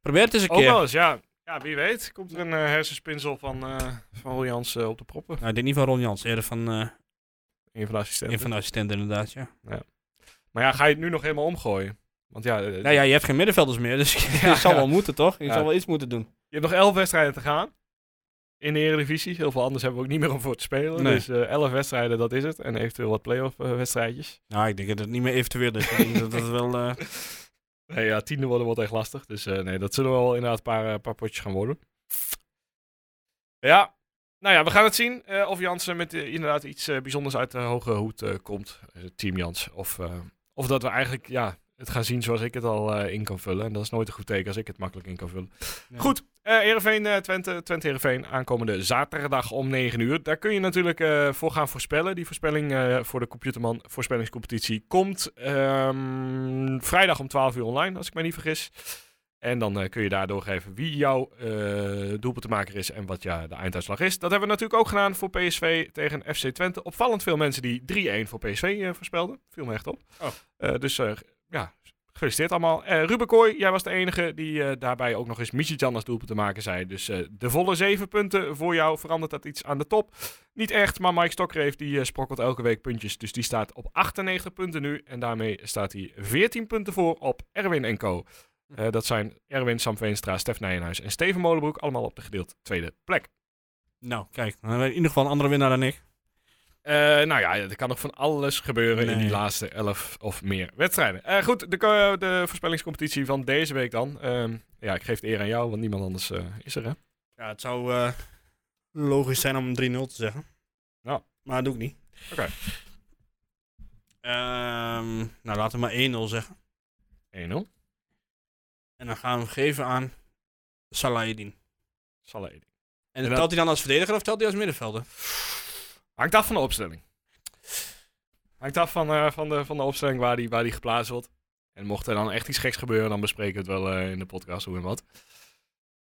Speaker 4: Probeer het eens een
Speaker 1: Ook
Speaker 4: keer.
Speaker 1: wel eens, ja. Ja, wie weet komt er een eh, hersenspinsel van, eh van Williams op de proppen.
Speaker 4: Nou, ik denk niet van Ron Jans, eerder van, eh
Speaker 1: Een van de assistenten.
Speaker 4: een van de assistenten inderdaad, ja.
Speaker 1: Maar ja, ga je het nu nog helemaal omgooien? Want ja, eh,
Speaker 4: Nou ja, je hebt geen middenvelders meer, dus je zal
Speaker 1: ja.
Speaker 4: wel moeten, toch? Je
Speaker 1: Ja.
Speaker 4: zal wel iets moeten doen.
Speaker 1: Je hebt nog 11 wedstrijden te gaan. In de Eredivisie. Heel veel anders hebben we ook niet meer om voor te spelen.
Speaker 4: Nee.
Speaker 1: Dus eh 11 wedstrijden, dat is het. En eventueel wat play-off eh, wedstrijdjes.
Speaker 4: Nou, ik denk dat het niet meer eventueel is. Ik denk dat het wel... eh,
Speaker 1: Nee, ja, tiende worden wordt echt lastig. Dus eh, nee, dat zullen wel inderdaad een paar, eh, paar potjes gaan worden. Ja, nou ja, we gaan het zien. eh, of Jansen met eh, inderdaad iets eh, bijzonders uit de hoge hoed eh, komt. Eh, Team Jans. Of, eh, of dat we eigenlijk ja, het gaan zien zoals ik het al eh, in kan vullen. En dat is nooit een goed teken als ik het makkelijk in kan vullen.
Speaker 4: Ja.
Speaker 1: Goed, eh Heerenveen, eh, Twente, Twente Heerenveen aankomende zaterdag om 9 uur. Daar kun je natuurlijk eh, voor gaan voorspellen. Die voorspelling eh, voor de Computerman voorspellingscompetitie komt ehm, vrijdag om 12 uur online, als ik mij niet vergis. En dan eh, kun je daardoor geven wie jouw eh doelpuntenmaker is en wat ja, de einduitslag is. Dat hebben we natuurlijk ook gedaan voor PSV tegen FC Twente. Opvallend veel mensen die 3-1 voor PSV eh, voorspelden. Viel me echt op.
Speaker 4: Oh.
Speaker 1: Eh, dus eh, ja, Gefeliciteerd allemaal. Eh Ruben Kooi, jij was de enige die eh, daarbij ook nog eens Michitjan als doelpunt te maken zei. Dus eh, de volle zeven punten voor jou. Verandert dat iets aan de top? Niet echt, maar Mike Stokreef die eh, sprokkelt elke week puntjes. Dus die staat op 98 punten nu. En daarmee staat hij 14 punten voor op Erwin en Co. Eh, dat zijn Erwin, Sam Veenstra, Stef Nijenhuis en Steven Molenbroek. Allemaal op de gedeeld tweede plek.
Speaker 4: Nou, kijk, dan hebben we in ieder geval een andere winnaar dan ik.
Speaker 1: Eh, nou ja, er kan nog van alles gebeuren in
Speaker 4: Nee.
Speaker 1: die laatste elf of meer wedstrijden. Eh, goed, de, ko- de voorspellingscompetitie van deze week dan. Ehm, ja, ik geef de eer aan jou, want niemand anders eh, is er, hè?
Speaker 4: Ja, het zou eh, logisch zijn om 3-0 te zeggen.
Speaker 1: Ja.
Speaker 4: Maar dat doe ik niet.
Speaker 1: Oké.
Speaker 4: Ehm, nou, laten we maar 1-0 zeggen.
Speaker 1: 1-0.
Speaker 4: En dan gaan we hem geven aan Salahidin.
Speaker 1: Salah Edding.
Speaker 4: En,
Speaker 1: En dan-
Speaker 4: telt hij dan als verdediger of telt hij als middenvelder?
Speaker 1: Hangt af van de opstelling. Hangt af van, eh, van, de, van de opstelling waar die, waar die geplaatst wordt. En mocht er dan echt iets geks gebeuren, dan bespreken we het wel eh, in de podcast hoe en wat.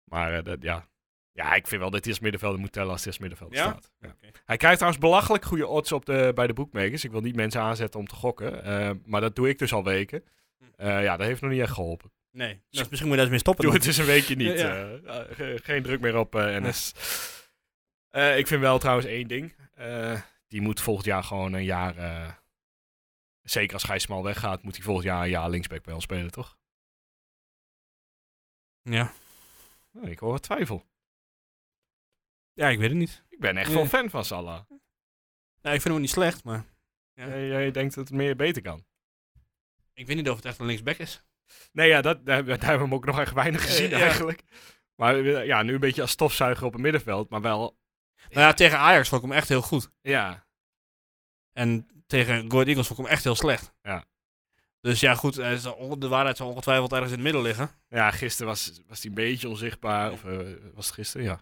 Speaker 1: Maar eh, dat, ja. ja, ik vind wel dat hij als middenvelder moet tellen als hij als middenvelder
Speaker 4: Ja?
Speaker 1: staat. Ja. Hij krijgt trouwens belachelijk goede odds op de, bij de boekmakers. Ik wil niet mensen aanzetten om te gokken. eh, maar dat doe ik dus al weken. Eh, ja, dat heeft nog niet echt geholpen.
Speaker 4: Nee. Dus misschien moet je daar eens mee stoppen.
Speaker 1: Doe
Speaker 4: dan.
Speaker 1: het dus een weekje niet.
Speaker 4: Ja.
Speaker 1: eh. Eh, ge- geen druk meer op eh NS. Eh, ik vind wel trouwens één ding. Eh, die moet volgend jaar gewoon een jaar... eh, zeker als Gijs Smal weggaat, moet hij volgend jaar een jaar linksback bij ons spelen, toch?
Speaker 4: Ja.
Speaker 1: Nou, ik hoor wat twijfel.
Speaker 4: ja, ik weet het niet.
Speaker 1: Ik ben echt
Speaker 4: Ja.
Speaker 1: wel fan van Salah.
Speaker 4: Nou, ik vind hem ook niet slecht, maar Ja.
Speaker 1: Jij, jij denkt dat het meer beter kan.
Speaker 4: ik weet niet of het echt een linksback is.
Speaker 1: Nee, ja, dat, daar, daar hebben we hem ook nog echt weinig gezien
Speaker 4: ja.
Speaker 1: eigenlijk. Maar eh, ja, nu een beetje als stofzuiger op het middenveld, maar wel...
Speaker 4: Nou ja, tegen Ajax vond ik hem echt heel goed.
Speaker 1: Ja,
Speaker 4: En tegen Goat Eagles vond ik hem echt heel slecht.
Speaker 1: Ja.
Speaker 4: Dus ja, goed, hij zal onge- de waarheid zal ongetwijfeld ergens in het midden liggen.
Speaker 1: ja gisteren was, was hij een beetje onzichtbaar. Of eh, was het gisteren? Ja.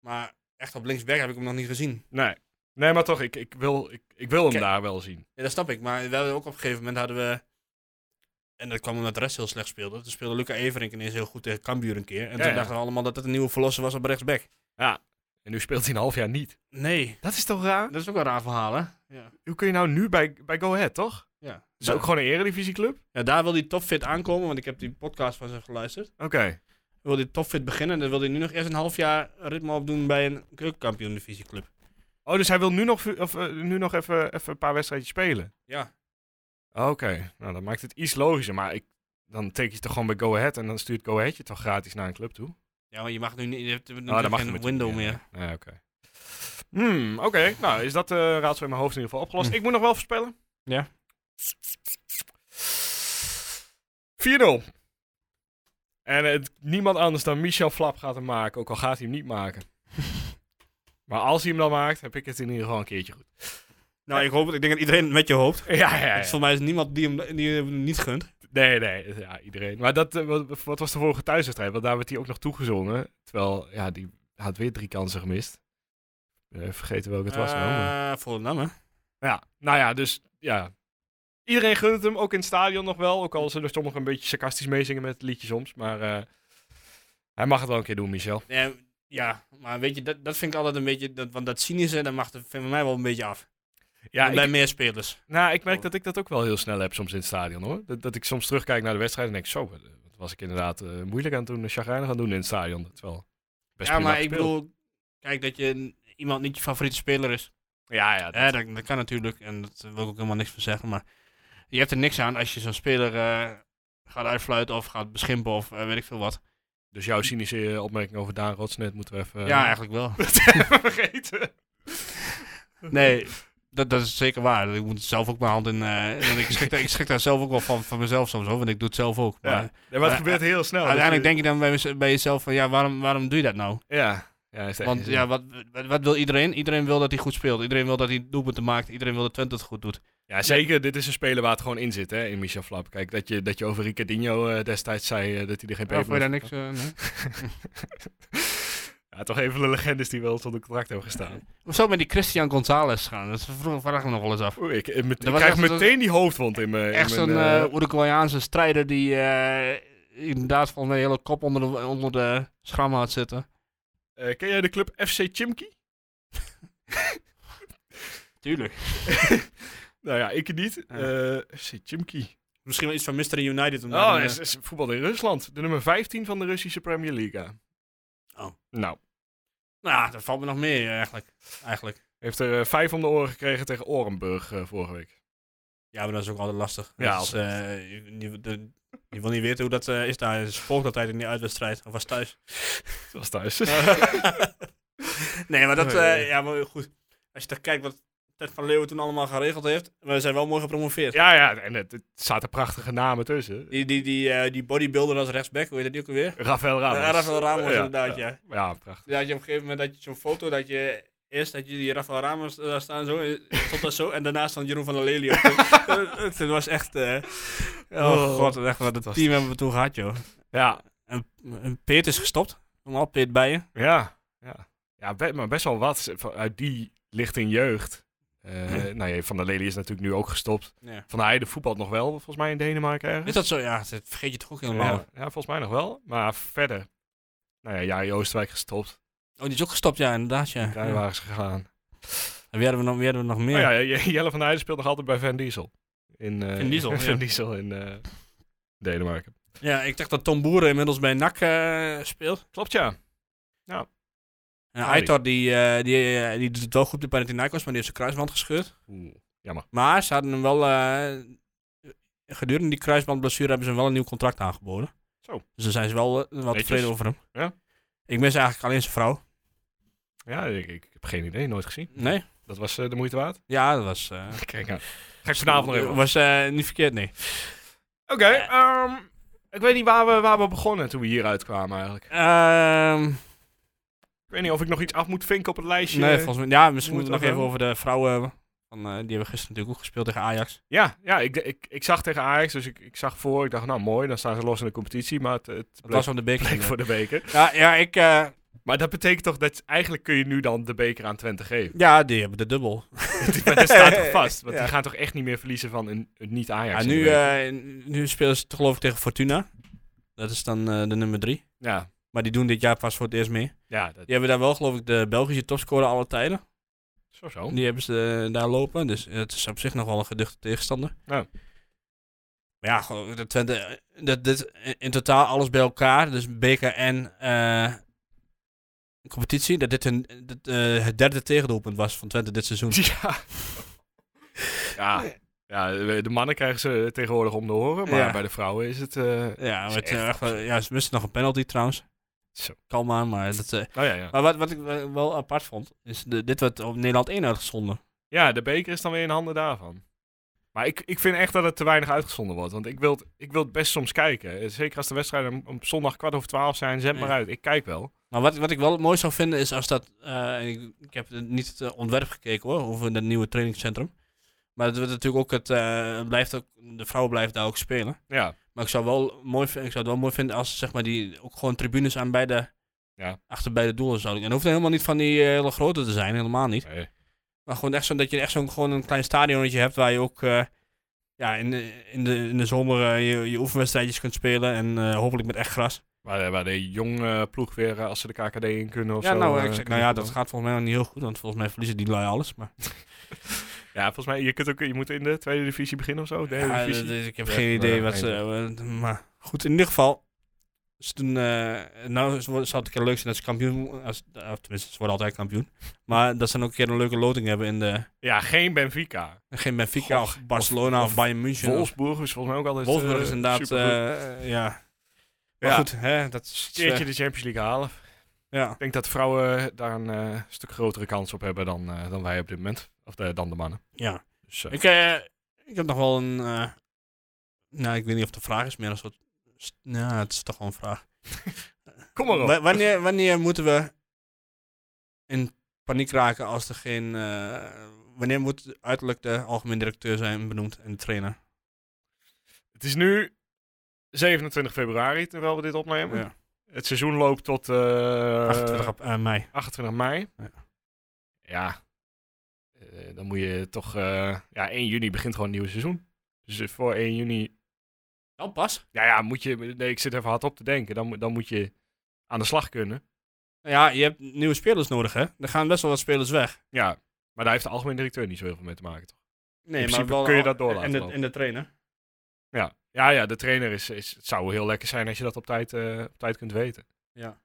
Speaker 4: Maar echt op linksback heb ik hem nog niet gezien.
Speaker 1: Nee. Nee, maar toch, ik, ik, wil, ik, ik wil hem
Speaker 4: Kijk.
Speaker 1: daar wel zien.
Speaker 4: Ja, dat snap ik. Maar we hadden ook op een gegeven moment hadden we... En dat kwam omdat de rest heel slecht speelde. Toen speelde Luca Everink ineens heel goed tegen Cambuur een keer. En
Speaker 1: Ja,
Speaker 4: toen
Speaker 1: ja.
Speaker 4: dachten we allemaal dat dat een nieuwe verlosser was op rechtsback.
Speaker 1: En nu speelt hij een half jaar niet.
Speaker 4: Nee,
Speaker 1: Dat is toch raar?
Speaker 4: dat is ook wel een raar verhaal, hè? Ja.
Speaker 1: Hoe kun je nou nu bij, bij Go Ahead, toch?
Speaker 4: Ja.
Speaker 1: Dat is ook gewoon een eredivisieclub?
Speaker 4: ja, daar wil hij topfit aankomen, want ik heb die podcast van ze geluisterd.
Speaker 1: Oké.
Speaker 4: Wil hij topfit beginnen, dan wil hij nu nog eerst een half jaar ritme opdoen bij een keukenkampioen divisieclub.
Speaker 1: Oh, dus hij wil nu nog, vu- of, eh, nu nog even, even een paar wedstrijdjes spelen?
Speaker 4: Ja.
Speaker 1: Oké. Nou, dat maakt het iets logischer. Maar ik, dan teken je toch gewoon bij Go Ahead en dan stuurt Go Ahead je toch gratis naar een club toe?
Speaker 4: Ja, want je Oh, mag nu niet, je hebt
Speaker 1: Nou,
Speaker 4: natuurlijk geen window meer.
Speaker 1: Nee, Ah, oké. Hmm, oké. Nou, is dat eh raadsel in mijn hoofd in ieder geval opgelost.
Speaker 4: Hm.
Speaker 1: Ik moet nog wel voorspellen.
Speaker 4: Ja.
Speaker 1: 4-0. En het, niemand anders dan Michel Flap gaat hem maken, ook al gaat hij hem niet maken. maar als hij hem dan maakt, heb ik het in ieder geval een keertje goed.
Speaker 4: Nou, ik, hoop, het. ik denk dat iedereen het met je hoopt.
Speaker 1: Ja, ja,
Speaker 4: Het is voor mij is niemand die hem, die hem niet gunt.
Speaker 1: Nee, nee, ja, iedereen. Maar dat, eh, wat, wat was de vorige thuiswedstrijd? Want daar werd hij ook nog toegezongen. Terwijl, ja, die had weer drie kansen gemist. Eh, vergeten welke het was. nou, maar-
Speaker 4: Eh, Volendam, hè?
Speaker 1: Ja, nou ja, dus ja. Iedereen gunt het hem, ook in het stadion nog wel. Ook al zullen sommigen een beetje sarcastisch meezingen met het liedje soms. Maar eh, hij mag het wel een keer doen, Michel.
Speaker 4: Ja, ja, maar weet je, dat, dat vind ik altijd een beetje... Dat, want dat cynische, dat mag er van mij wel een beetje af.
Speaker 1: Ja,
Speaker 4: En bij
Speaker 1: ik,
Speaker 4: meer spelers.
Speaker 1: nou, ik
Speaker 4: Oh.
Speaker 1: merk dat ik dat ook wel heel snel heb soms in het stadion hoor. Dat, dat ik soms terugkijk naar de wedstrijd en denk, zo, wat wat was ik inderdaad eh, moeilijk aan het doen, chagrijnig aan het doen in het stadion. Dat is wel best
Speaker 4: ja,
Speaker 1: prima
Speaker 4: maar ik
Speaker 1: gespeeld.
Speaker 4: bedoel... Kijk, dat je n- iemand niet je favoriete speler is.
Speaker 1: Ja, ja. dat-
Speaker 4: Ja, dat, dat kan natuurlijk. En dat wil ik ook helemaal niks van zeggen. Maar je hebt er niks aan als je zo'n speler eh, gaat uitfluiten of gaat beschimpen of eh, weet ik veel wat.
Speaker 1: Dus jouw cynische eh, opmerking over Daan Rotsnet moeten we even eh,
Speaker 4: ja, eigenlijk wel.
Speaker 1: vergeten.
Speaker 4: Nee, dat, dat is zeker waar. Ik moet zelf ook mijn hand in. eh, want ik, schrik daar, ik schrik daar zelf ook wel van, van mezelf soms hoor, want ik doe het zelf ook. Maar
Speaker 1: Ja. Nee, maar het
Speaker 4: Eh,
Speaker 1: gebeurt heel snel. dus
Speaker 4: uiteindelijk
Speaker 1: je-
Speaker 4: denk je dan bij, mez- bij jezelf van ja, waarom, waarom doe je dat nou?
Speaker 1: Ja. ja is echt
Speaker 4: Want
Speaker 1: geen zin.
Speaker 4: ja, wat, wat, wat wil iedereen? Iedereen wil dat hij goed speelt. Iedereen wil dat hij doelpunten maakt. Iedereen wil dat Twente het goed doet.
Speaker 1: Ja, zeker. Dit is een speler waar het gewoon in zit, hè, in Michel Flap. Kijk, dat je, dat je over Ricardinho eh, destijds zei eh, dat hij er geen
Speaker 4: Ja,
Speaker 1: peper
Speaker 4: vond je daar
Speaker 1: moest-
Speaker 4: niks? eh, nee?
Speaker 1: Ja, toch even de legendes die wel zonder contract hebben gestaan.
Speaker 4: Of zo met die Christian González gaan. Dat vroeg, vraag ik me nog wel eens af.
Speaker 1: Oei, ik, ik met-
Speaker 4: Dat
Speaker 1: ik
Speaker 4: was
Speaker 1: krijg
Speaker 4: echt-
Speaker 1: meteen die hoofdwond in mijn... in
Speaker 4: Echt zo'n
Speaker 1: mijn,
Speaker 4: eh
Speaker 1: eh,
Speaker 4: Uruguayaanse strijder die eh, inderdaad volgens mij een hele kop onder de, onder de schram had zitten.
Speaker 1: eh, ken jij de club FC Chimki?
Speaker 4: Tuurlijk.
Speaker 1: Nou ja, ik niet. Eh, FC Chimki.
Speaker 4: Misschien wel iets van Mr. United. om daar
Speaker 1: Oh,
Speaker 4: een,
Speaker 1: is,
Speaker 4: eh,
Speaker 1: is voetbal in Rusland. De nummer 15 van de Russische Premier League.
Speaker 4: Oh.
Speaker 1: Nou,
Speaker 4: Nou, dat valt me nog meer eh, eigenlijk. eigenlijk.
Speaker 1: heeft er eh, vijf om de oren gekregen tegen Orenburg eh, vorige week.
Speaker 4: Ja, maar dat is ook altijd lastig.
Speaker 1: Ja,
Speaker 4: Dat is, eh, je, je- de- je wil niet weten hoe dat eh, is daar. Het is volgt altijd in die uitwedstrijd. Of was thuis.
Speaker 1: Dat was thuis.
Speaker 4: nee, maar dat...
Speaker 1: Nee.
Speaker 4: eh, ja, maar goed. Als je dan kijkt wat Ted van Leeuwen toen allemaal geregeld heeft. We zijn wel mooi gepromoveerd.
Speaker 1: ja, ja, en het, het zaten prachtige namen tussen.
Speaker 4: Die, die, die, eh, die bodybuilder als rechtsback, hoe heet dat die ook alweer? Eh,
Speaker 1: Rafael Ramos.
Speaker 4: Ramos. Ramos
Speaker 1: Ja,
Speaker 4: inderdaad, ja.
Speaker 1: Ja, prachtig.
Speaker 4: Dat je op een gegeven moment dat je zo'n foto dat je Eerst dat jullie Rafael Ramos eh, daar staan, zo, eh, stond dat zo. En daarna stond Jeroen van der Lely op. Eh, Het was echt... eh, oh,
Speaker 1: Oh.
Speaker 4: god, echt, wat een
Speaker 1: was-
Speaker 4: team hebben we toen gehad, joh.
Speaker 1: Ja,
Speaker 4: En, en Peet is gestopt. Normaal Peet bij je.
Speaker 1: ja, ja. Ja, be- maar best wel wat van- uit die lichting jeugd. Eh, Nou ja, Van der Lely is natuurlijk nu ook gestopt. Van Heijden voetbalt nog wel, volgens mij in Denemarken ergens. Oh,
Speaker 4: Is dat zo? Ja, dat vergeet je toch ook helemaal.
Speaker 1: ja, ja, volgens mij nog wel. Maar verder. Nou ja, Jari Oosterwijk gestopt.
Speaker 4: Oh, die is ook gestopt, ja, inderdaad, ja. ja.
Speaker 1: Kruiwagens gegaan.
Speaker 4: En wie hadden we nog, wie hadden we nog meer?
Speaker 1: Oh ja, J- Jelle van Heijden speelt nog altijd bij Van Diesel. In, eh,
Speaker 4: Vin Diesel,
Speaker 1: Vin
Speaker 4: ja.
Speaker 1: Diesel in eh, Denemarken.
Speaker 4: Ja, ik dacht dat Tom Boeren inmiddels bij NAC eh, speelt.
Speaker 1: Klopt ja.
Speaker 4: En
Speaker 1: Ah,
Speaker 4: Aitor, die, eh, die, eh, die doet het wel goed bij Panathinaikos, maar die heeft zijn kruisband gescheurd. Maar ze hadden hem wel... eh, gedurende die kruisbandblessure hebben ze hem wel een nieuw contract aangeboden.
Speaker 1: Zo.
Speaker 4: Dus daar zijn ze wel eh, wat
Speaker 1: Netjes.
Speaker 4: tevreden over hem.
Speaker 1: Ja.
Speaker 4: Ik mis eigenlijk alleen zijn vrouw.
Speaker 1: Ja, ik, ik heb geen idee, nooit gezien.
Speaker 4: Nee?
Speaker 1: Dat was eh, de moeite waard.
Speaker 4: Ja, dat was... eh,
Speaker 1: Kijk nou. Ga ik vanavond nog even. Oké,
Speaker 4: Was eh, niet verkeerd, nee.
Speaker 1: ehm, ik weet niet waar we, waar we begonnen toen we hier uitkwamen eigenlijk.
Speaker 4: Ehm,
Speaker 1: Ik weet niet of ik nog iets af moet vinken op het lijstje.
Speaker 4: nee, volgens mij. Ja, misschien
Speaker 1: Moet
Speaker 4: moeten we
Speaker 1: dat
Speaker 4: nog even
Speaker 1: wel?
Speaker 4: over de vrouwen hebben. Van, eh, die hebben gisteren natuurlijk ook gespeeld tegen Ajax.
Speaker 1: Ja, ja ik, ik, ik zag tegen Ajax, dus ik, ik zag voor. Ik dacht, nou mooi, dan staan ze los in de competitie. Maar het, het
Speaker 4: Dat
Speaker 1: bleek,
Speaker 4: was om de beker.
Speaker 1: bleek voor de beker.
Speaker 4: Ja, ja, ik, eh,
Speaker 1: Maar dat betekent toch dat eigenlijk kun je nu dan de beker aan Twente geven.
Speaker 4: ja, die hebben de dubbel.
Speaker 1: maar dat staat toch vast? Want
Speaker 4: Ja.
Speaker 1: die gaan toch echt niet meer verliezen van een, een
Speaker 4: Ja,
Speaker 1: niet-Ajax. in de
Speaker 4: nu,
Speaker 1: beker?
Speaker 4: eh, nu spelen ze toch geloof ik tegen Fortuna. Dat is dan eh, de nummer drie.
Speaker 1: ja,
Speaker 4: Maar die doen dit jaar pas voor het eerst mee.
Speaker 1: ja, dat
Speaker 4: Die hebben daar wel geloof ik de Belgische topscorer alle tijden.
Speaker 1: zo zo.
Speaker 4: Die hebben ze eh, daar lopen. Dus het is op zich nog wel een geduchte tegenstander.
Speaker 1: Ja.
Speaker 4: Maar ja, gewoon dat Twente, eh, dat, dit, in totaal alles bij elkaar. Dus beker en eh, competitie. Dat dit een, dat, eh, het derde tegendoelpunt was van Twente dit seizoen.
Speaker 1: Ja. ja. Ja, de mannen krijgen ze tegenwoordig om de horen, maar
Speaker 4: Ja.
Speaker 1: bij de vrouwen is het... eh,
Speaker 4: Ja, maar
Speaker 1: is
Speaker 4: het,
Speaker 1: echt
Speaker 4: eh, echt wel- ja ze misten nog een penalty trouwens.
Speaker 1: Zo.
Speaker 4: Kalm aan, maar, dat, eh,
Speaker 1: Nou ja, ja.
Speaker 4: maar wat, wat ik eh, wel apart vond, is de, dit werd op Nederland 1 uitgezonden.
Speaker 1: Ja, de beker is dan weer in handen daarvan. Maar ik, ik vind echt dat het te weinig uitgezonden wordt. Want ik wil, het- ik wil het best soms kijken. Eh, Zeker als de wedstrijden om, om zondag kwart over twaalf zijn, zet maar
Speaker 4: Ja.
Speaker 1: uit. Ik kijk wel.
Speaker 4: Maar wat, wat ik wel mooi zou vinden is als dat. eh, en ik, ik heb het- niet het eh, ontwerp gekeken hoor, over het nieuwe trainingscentrum. Maar het wordt natuurlijk ook het. eh, het blijft ook, de vrouwen blijven daar ook spelen.
Speaker 1: Ja,
Speaker 4: Maar ik zou, wel mooi, vin- ik zou het wel mooi vinden als zeg maar, die ook gewoon tribunes aan beide.
Speaker 1: Ja.
Speaker 4: Achter beide doelen zouden. En het hoeft helemaal niet van die eh, hele grote te zijn, helemaal niet.
Speaker 1: nee.
Speaker 4: Maar gewoon echt zo'n dat je echt zo'n gewoon een klein stadionnetje hebt waar je ook eh, ja, in, de, in, de, in de zomer eh, je, je oefenwedstrijdjes kunt spelen en eh, hopelijk met echt gras.
Speaker 1: Waar, de- waar de jonge ploeg weer, eh, als ze de KKD in kunnen of
Speaker 4: ja,
Speaker 1: zo.
Speaker 4: nou,
Speaker 1: eh,
Speaker 4: ik zeg, nou
Speaker 1: kunnen
Speaker 4: ja, dat
Speaker 1: voetballen.
Speaker 4: gaat volgens mij nog niet heel goed, want volgens mij verliezen die lui alles. Maar
Speaker 1: Ja, volgens mij, je, kunt ook, je moet in de tweede divisie beginnen of zo. Derde
Speaker 4: Ja,
Speaker 1: divisie.
Speaker 4: dat- ik heb
Speaker 1: Ja,
Speaker 4: geen
Speaker 1: maar
Speaker 4: idee
Speaker 1: ja,
Speaker 4: wat ze.
Speaker 1: nee,
Speaker 4: eh, maar goed, in ieder geval. Ze doen, eh, nou ze worden- zou het een keer leuk zijn dat ze kampioen. Als, of tenminste, ze worden altijd kampioen. Maar dat ze dan ook een keer een leuke loting hebben in de.
Speaker 1: Ja, geen Benfica.
Speaker 4: Geen Benfica
Speaker 1: Goh,
Speaker 4: of Barcelona of,
Speaker 1: of
Speaker 4: Bayern München. of-
Speaker 1: Wolfsburg is volgens mij ook altijd...
Speaker 4: Wolfsburg
Speaker 1: eh,
Speaker 4: is inderdaad.
Speaker 1: supergoed.
Speaker 4: eh, ja. Maar
Speaker 1: Ja.
Speaker 4: goed, hè, dat is.
Speaker 1: Een keertje
Speaker 4: eh,
Speaker 1: de Champions League halen.
Speaker 4: ja.
Speaker 1: Ik denk dat vrouwen daar een eh, stuk grotere kans op hebben dan, eh, dan wij op dit moment. Of eh, dan de mannen.
Speaker 4: ja.
Speaker 1: Dus, eh,
Speaker 4: Ik, eh, ik heb nog wel een. eh, nou, ik weet niet of de vraag is meer een soort. st- Nou, het is toch wel een vraag.
Speaker 1: kom maar op.
Speaker 4: Wa- wanneer, wanneer moeten we in paniek raken als er geen. eh, wanneer moet uiterlijk de algemeen directeur zijn benoemd en de trainer?
Speaker 1: Het is nu 27 februari, terwijl we dit opnemen.
Speaker 4: Ja.
Speaker 1: Het seizoen loopt tot eh,
Speaker 4: 28 op, eh, mei.
Speaker 1: 28 mei. Ja.
Speaker 4: Ja.
Speaker 1: Eh, dan moet je toch... eh, ja, 1 juni begint gewoon het nieuwe seizoen. Dus eh, voor 1 juni...
Speaker 4: Dan pas?
Speaker 1: Ja, ja, moet je... Nee, ik zit even hard op te denken. Dan, moet- dan moet je aan de slag kunnen.
Speaker 4: Nou Ja, je hebt nieuwe spelers nodig, hè? Er gaan best wel wat spelers weg.
Speaker 1: Ja, maar daar heeft de algemene directeur niet zo heel veel mee te maken, toch?
Speaker 4: Nee,
Speaker 1: In principe kun je dat door laten
Speaker 4: En de,
Speaker 1: lopen.
Speaker 4: en de trainer.
Speaker 1: Ja, ja, ja de trainer is, is... Het zou heel lekker zijn als je dat op tijd, eh, op tijd kunt weten.
Speaker 4: Ja.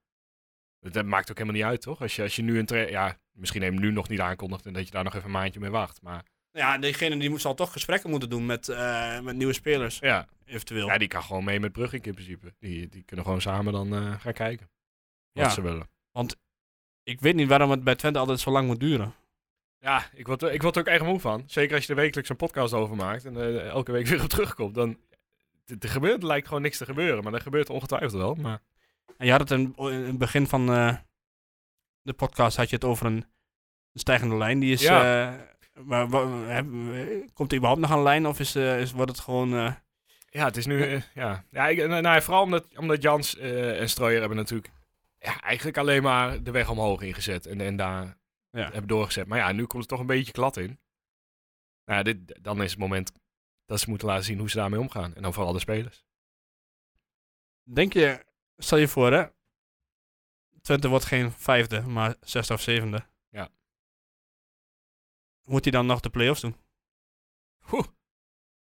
Speaker 1: Dat, dat maakt ook helemaal niet uit, toch? Als je, als je nu een trainer... Ja, misschien hem nu nog niet aankondigt en dat je daar nog even een maandje mee wacht. Maar
Speaker 4: Ja, degene die moet- zal toch gesprekken moeten doen met, eh, met nieuwe spelers,
Speaker 1: ja,
Speaker 4: eventueel.
Speaker 1: ja, die kan gewoon mee met Brugge in principe. Die, die kunnen gewoon samen dan eh, gaan kijken wat
Speaker 4: Ja.
Speaker 1: ze willen.
Speaker 4: Ik weet niet waarom het bij Twente altijd zo lang moet duren.
Speaker 1: Ja, ik word, ik word er ook echt moe van. Zeker als je er wekelijks een podcast over maakt en eh, elke week weer op terugkomt. Dan, het- er gebeurt, lijkt gewoon niks te gebeuren. Maar dat gebeurt ongetwijfeld wel. Maar
Speaker 4: En je had het in, in het begin van eh, de podcast had je het over een De stijgende lijn, die is...
Speaker 1: Ja.
Speaker 4: eh, maar, wa- hebben we- komt er überhaupt nog een lijn of is, eh, is, wordt het gewoon... eh,
Speaker 1: Ja, het is nu. eh, ja. Ja, ik, nou, nou, vooral omdat, omdat Jans eh, en Strooier hebben natuurlijk ja, eigenlijk alleen maar de weg omhoog ingezet. En, en daar
Speaker 4: Ja.
Speaker 1: hebben doorgezet. Maar ja, nu komt het toch een beetje klad in. Nou, ja, dit, dan is het moment dat ze moeten laten zien hoe ze daarmee omgaan. En dan vooral de spelers.
Speaker 4: Denk je, stel je voor hè, Twente wordt geen vijfde, maar zesde of zevende.
Speaker 1: Ja.
Speaker 4: Moet hij dan nog de play-offs doen?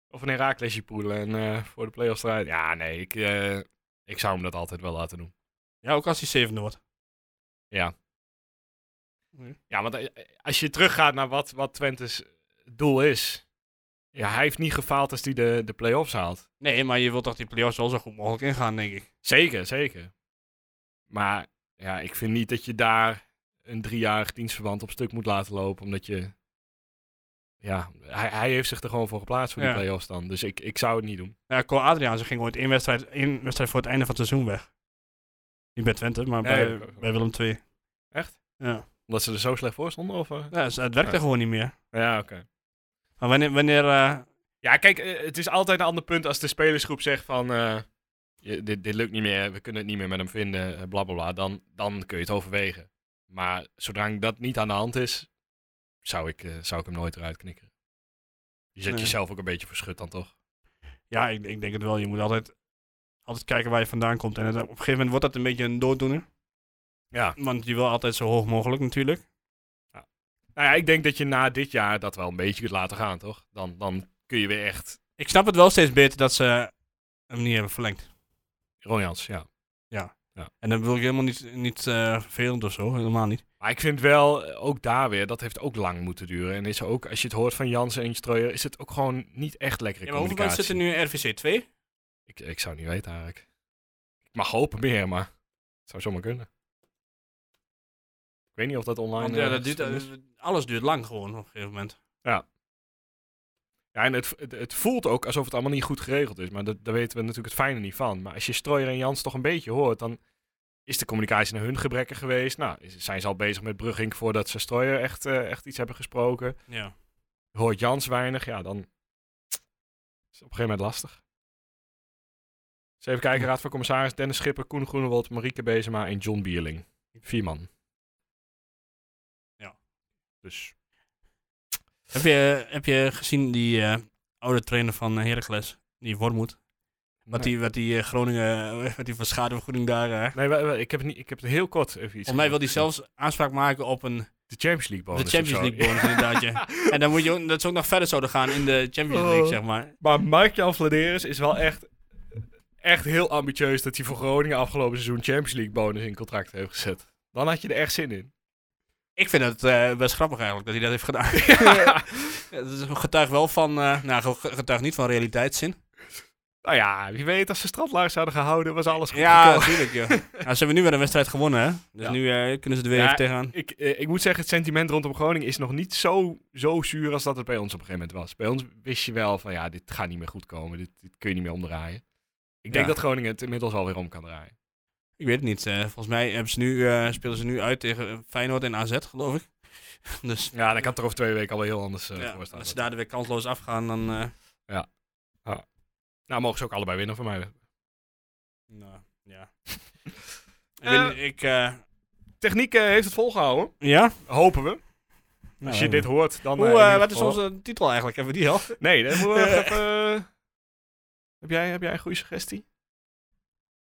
Speaker 1: Of een Heraklesje poelen en eh, voor de play-offs eruit. Ja, nee, ik, eh, ik zou hem dat altijd wel laten doen.
Speaker 4: Ja, ook als hij zevende wordt.
Speaker 1: Ja, want eh, als je teruggaat naar wat, wat Twente's doel is. Ja, hij heeft niet gefaald als hij de, de play-offs haalt.
Speaker 4: Nee, maar je wilt toch die play-offs wel zo goed mogelijk ingaan, denk ik.
Speaker 1: Zeker, zeker. Maar ja, ik vind niet dat je daar een driejarig dienstverband op stuk moet laten lopen. Omdat je. Ja, hij, hij heeft zich er gewoon voor geplaatst voor die
Speaker 4: Ja.
Speaker 1: play-offs dan. Dus ik, ik zou het niet doen.
Speaker 4: Ja, Cor Adriaanse ging ooit één wedstrijd, één wedstrijd voor het einde van het seizoen weg. Niet bij Twente, maar bij,
Speaker 1: Nee.
Speaker 4: bij Willem II.
Speaker 1: Echt?
Speaker 4: Ja,
Speaker 1: Omdat ze er zo slecht voor stonden? Of, eh?
Speaker 4: ja dus het werkte
Speaker 1: Ja.
Speaker 4: gewoon niet meer.
Speaker 1: Ja, oké.
Speaker 4: Maar wanneer, wanneer eh,
Speaker 1: Ja, kijk, eh, het is altijd een ander punt als de spelersgroep zegt van. eh, je- dit, dit lukt niet meer, we kunnen het niet meer met hem vinden, eh, bla bla bla. Dan, dan kun je het overwegen. Maar zodra dat niet aan de hand is, zou ik, eh, zou ik hem nooit eruit knikken. Je zet
Speaker 4: Nee.
Speaker 1: jezelf ook een beetje voor schut dan toch?
Speaker 4: Ja, ik, ik denk het wel. Je moet altijd, altijd kijken waar je vandaan komt. En het- op een gegeven moment wordt dat een beetje een dooddoener.
Speaker 1: Ja.
Speaker 4: Want je wil altijd zo hoog mogelijk natuurlijk.
Speaker 1: Nou ja, ik denk dat je na dit jaar dat wel een beetje kunt laten gaan, toch? Dan, dan kun je weer echt.
Speaker 4: Ik snap het wel steeds beter dat ze hem niet hebben verlengd.
Speaker 1: Ron Jans, ja.
Speaker 4: En dan wil ik helemaal niet, niet eh, vervelend of zo. Helemaal niet.
Speaker 1: Maar ik vind wel, eh, ook daar weer, dat heeft ook lang moeten duren. En is ook, als je het hoort van Jansen en Streuer, is het ook gewoon niet echt lekkere communicatie.
Speaker 4: nu in RVC 2?
Speaker 1: Ik, ik zou niet weten eigenlijk. Ik mag hopen meer, maar het zou zomaar kunnen. Ik weet niet of dat online
Speaker 4: Want ja,
Speaker 1: eh,
Speaker 4: dat duurt,
Speaker 1: is.
Speaker 4: alles duurt lang gewoon op een gegeven moment.
Speaker 1: Ja, en het, het, het voelt ook alsof het allemaal niet goed geregeld is. Maar dat, daar weten we natuurlijk het fijne niet van. Maar als je Strooier en Jans toch een beetje hoort, dan is de communicatie naar hun gebrekken geweest. Nou, is- zijn ze al bezig met Brugging voordat ze Strooier echt, eh, echt iets hebben gesproken.
Speaker 4: Ja.
Speaker 1: Hoort Jans weinig, ja, dan is het op een gegeven moment lastig. Dus even kijken, Raad van Commissaris, Dennis Schipper, Koen Groenewold, Marieke Bezema en John Bierling. Vier man.
Speaker 4: Ja.
Speaker 1: Dus
Speaker 4: Heb, je, heb je gezien die eh, oude trainer van eh, Heracles? Die Wormoed. Wat die, wat die eh, Groningen, wat die van schadevergoeding daar... eh,
Speaker 1: Nee, wa- wa- ik heb, het niet, ik heb het heel kort even iets.
Speaker 4: Volgens mij wil hij
Speaker 1: gezien.
Speaker 4: zelfs aanspraak maken op een
Speaker 1: De Champions League bonus.
Speaker 4: de
Speaker 1: of
Speaker 4: Champions
Speaker 1: zo.
Speaker 4: League bonus inderdaad. ja. En dan moet je ook, dat ze ook nog verder zouden gaan in de Champions
Speaker 1: Oh.
Speaker 4: League, zeg maar.
Speaker 1: Maar Mark-Jan Vladeris is wel echt, echt heel ambitieus dat hij voor Groningen afgelopen seizoen Champions League bonus in contract heeft gezet. Dan had je er echt zin in.
Speaker 4: Ik vind het eh, best grappig eigenlijk dat hij dat heeft gedaan. Ja, dat is een getuig wel van, eh, nou ge- getuig niet van realiteitszin.
Speaker 1: Nou ja, wie weet, als ze strandlaars zouden gehouden, was alles goed.
Speaker 4: Ja,
Speaker 1: gekomen.
Speaker 4: natuurlijk ja. Nou, ze hebben nu weer een wedstrijd gewonnen hè. Dus
Speaker 1: Ja.
Speaker 4: nu eh, kunnen ze er weer
Speaker 1: Ja.
Speaker 4: even tegenaan.
Speaker 1: Ik, eh, ik moet zeggen, het sentiment rondom Groningen is nog niet zo, zo zuur als dat het bij ons op een gegeven moment was. Bij ons wist je wel van, ja, dit gaat niet meer goed komen. Dit, dit kun je niet meer omdraaien. Ik denk
Speaker 4: Ja.
Speaker 1: dat Groningen het inmiddels alweer om kan draaien.
Speaker 4: Ik weet het niet. eh, volgens mij hebben ze nu, eh, spelen ze nu uit tegen Feyenoord en AZ, geloof ik. Dus
Speaker 1: Ja, dan kan het er over twee weken alweer heel anders eh
Speaker 4: ja,
Speaker 1: voor staan.
Speaker 4: als ze daar weer kansloos afgaan, dan... eh,
Speaker 1: Nou, mogen ze ook allebei winnen van mij.
Speaker 4: nou, ja. ik,
Speaker 1: Eh.
Speaker 4: weet niet, ik eh,
Speaker 1: Techniek eh, heeft het volgehouden.
Speaker 4: ja?
Speaker 1: Hopen we.
Speaker 4: Nou,
Speaker 1: Als je dit hoort, dan...
Speaker 4: Hoe,
Speaker 1: eh, in
Speaker 4: eh,
Speaker 1: ieder
Speaker 4: wat is
Speaker 1: geval-
Speaker 4: onze titel eigenlijk? Hebben we die al?
Speaker 1: Nee, dan moeten we echt even... eh, Heb jij, heb jij een goede suggestie?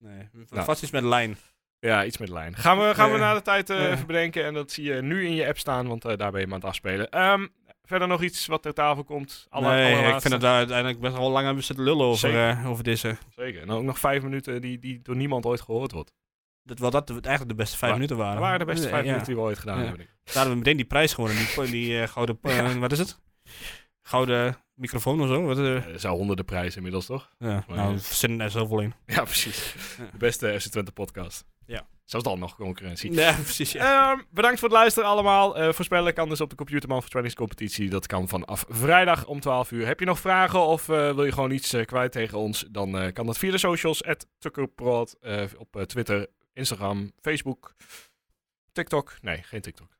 Speaker 4: Nee.
Speaker 1: Nou.
Speaker 4: Vast iets met lijn.
Speaker 1: Ja, iets met lijn. Gaan we, gaan we
Speaker 4: Eh,
Speaker 1: na de tijd eh,
Speaker 4: eh.
Speaker 1: even bedenken. En dat zie je nu in je app staan, want eh, daar ben je hem aan het afspelen. Ehm, verder nog iets wat ter tafel komt. Alle,
Speaker 4: nee, ik
Speaker 1: allerlaatste.
Speaker 4: vind dat daar uiteindelijk best wel lang hebben zitten lullen over,
Speaker 1: Zeker.
Speaker 4: eh, over deze.
Speaker 1: Zeker. En ook nog vijf minuten die, die door niemand ooit gehoord wordt.
Speaker 4: Dat, wel dat de- eigenlijk de beste vijf
Speaker 1: Wa-
Speaker 4: minuten waren.
Speaker 1: Dat waren de beste
Speaker 4: Ja,
Speaker 1: vijf
Speaker 4: ja.
Speaker 1: minuten die we ooit gedaan
Speaker 4: Ja.
Speaker 1: hebben. denk ik.
Speaker 4: Daar hadden we meteen die prijs gewonnen. Die, die eh, gouden, eh, wat is het? Gouden microfoon of zo. Wat, eh,
Speaker 1: Eh, zou honderden prijs inmiddels, toch?
Speaker 4: ja,
Speaker 1: maar
Speaker 4: nou,
Speaker 1: ja.
Speaker 4: er zitten er zoveel in.
Speaker 1: Ja, precies.
Speaker 4: Ja.
Speaker 1: De beste FC Twente podcast.
Speaker 4: Ja.
Speaker 1: Zelfs dan nog concurrentie.
Speaker 4: Ja, precies. Ja.
Speaker 1: Ehm, bedankt voor het luisteren allemaal. Eh, voorspellen kan dus op de Computerman Verspellingscompetitie. Dat kan vanaf vrijdag om 12 uur. Heb je nog vragen of eh, wil je gewoon iets eh, kwijt tegen ons? Dan eh, kan dat via de socials. At Tukkerprod eh, op eh, Twitter, Instagram, Facebook, TikTok. Nee, geen TikTok.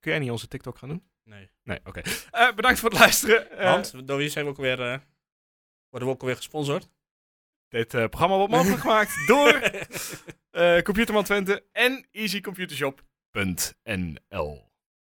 Speaker 1: Kun jij niet onze TikTok gaan doen?
Speaker 4: Nee.
Speaker 1: Nee, oké. Eh, bedankt voor het luisteren. Eh,
Speaker 4: Want door wie zijn we ook weer, eh, worden we ook weer gesponsord?
Speaker 1: Dit eh, programma wordt mogelijk gemaakt door eh Computerman Twente en easycomputershop.nl.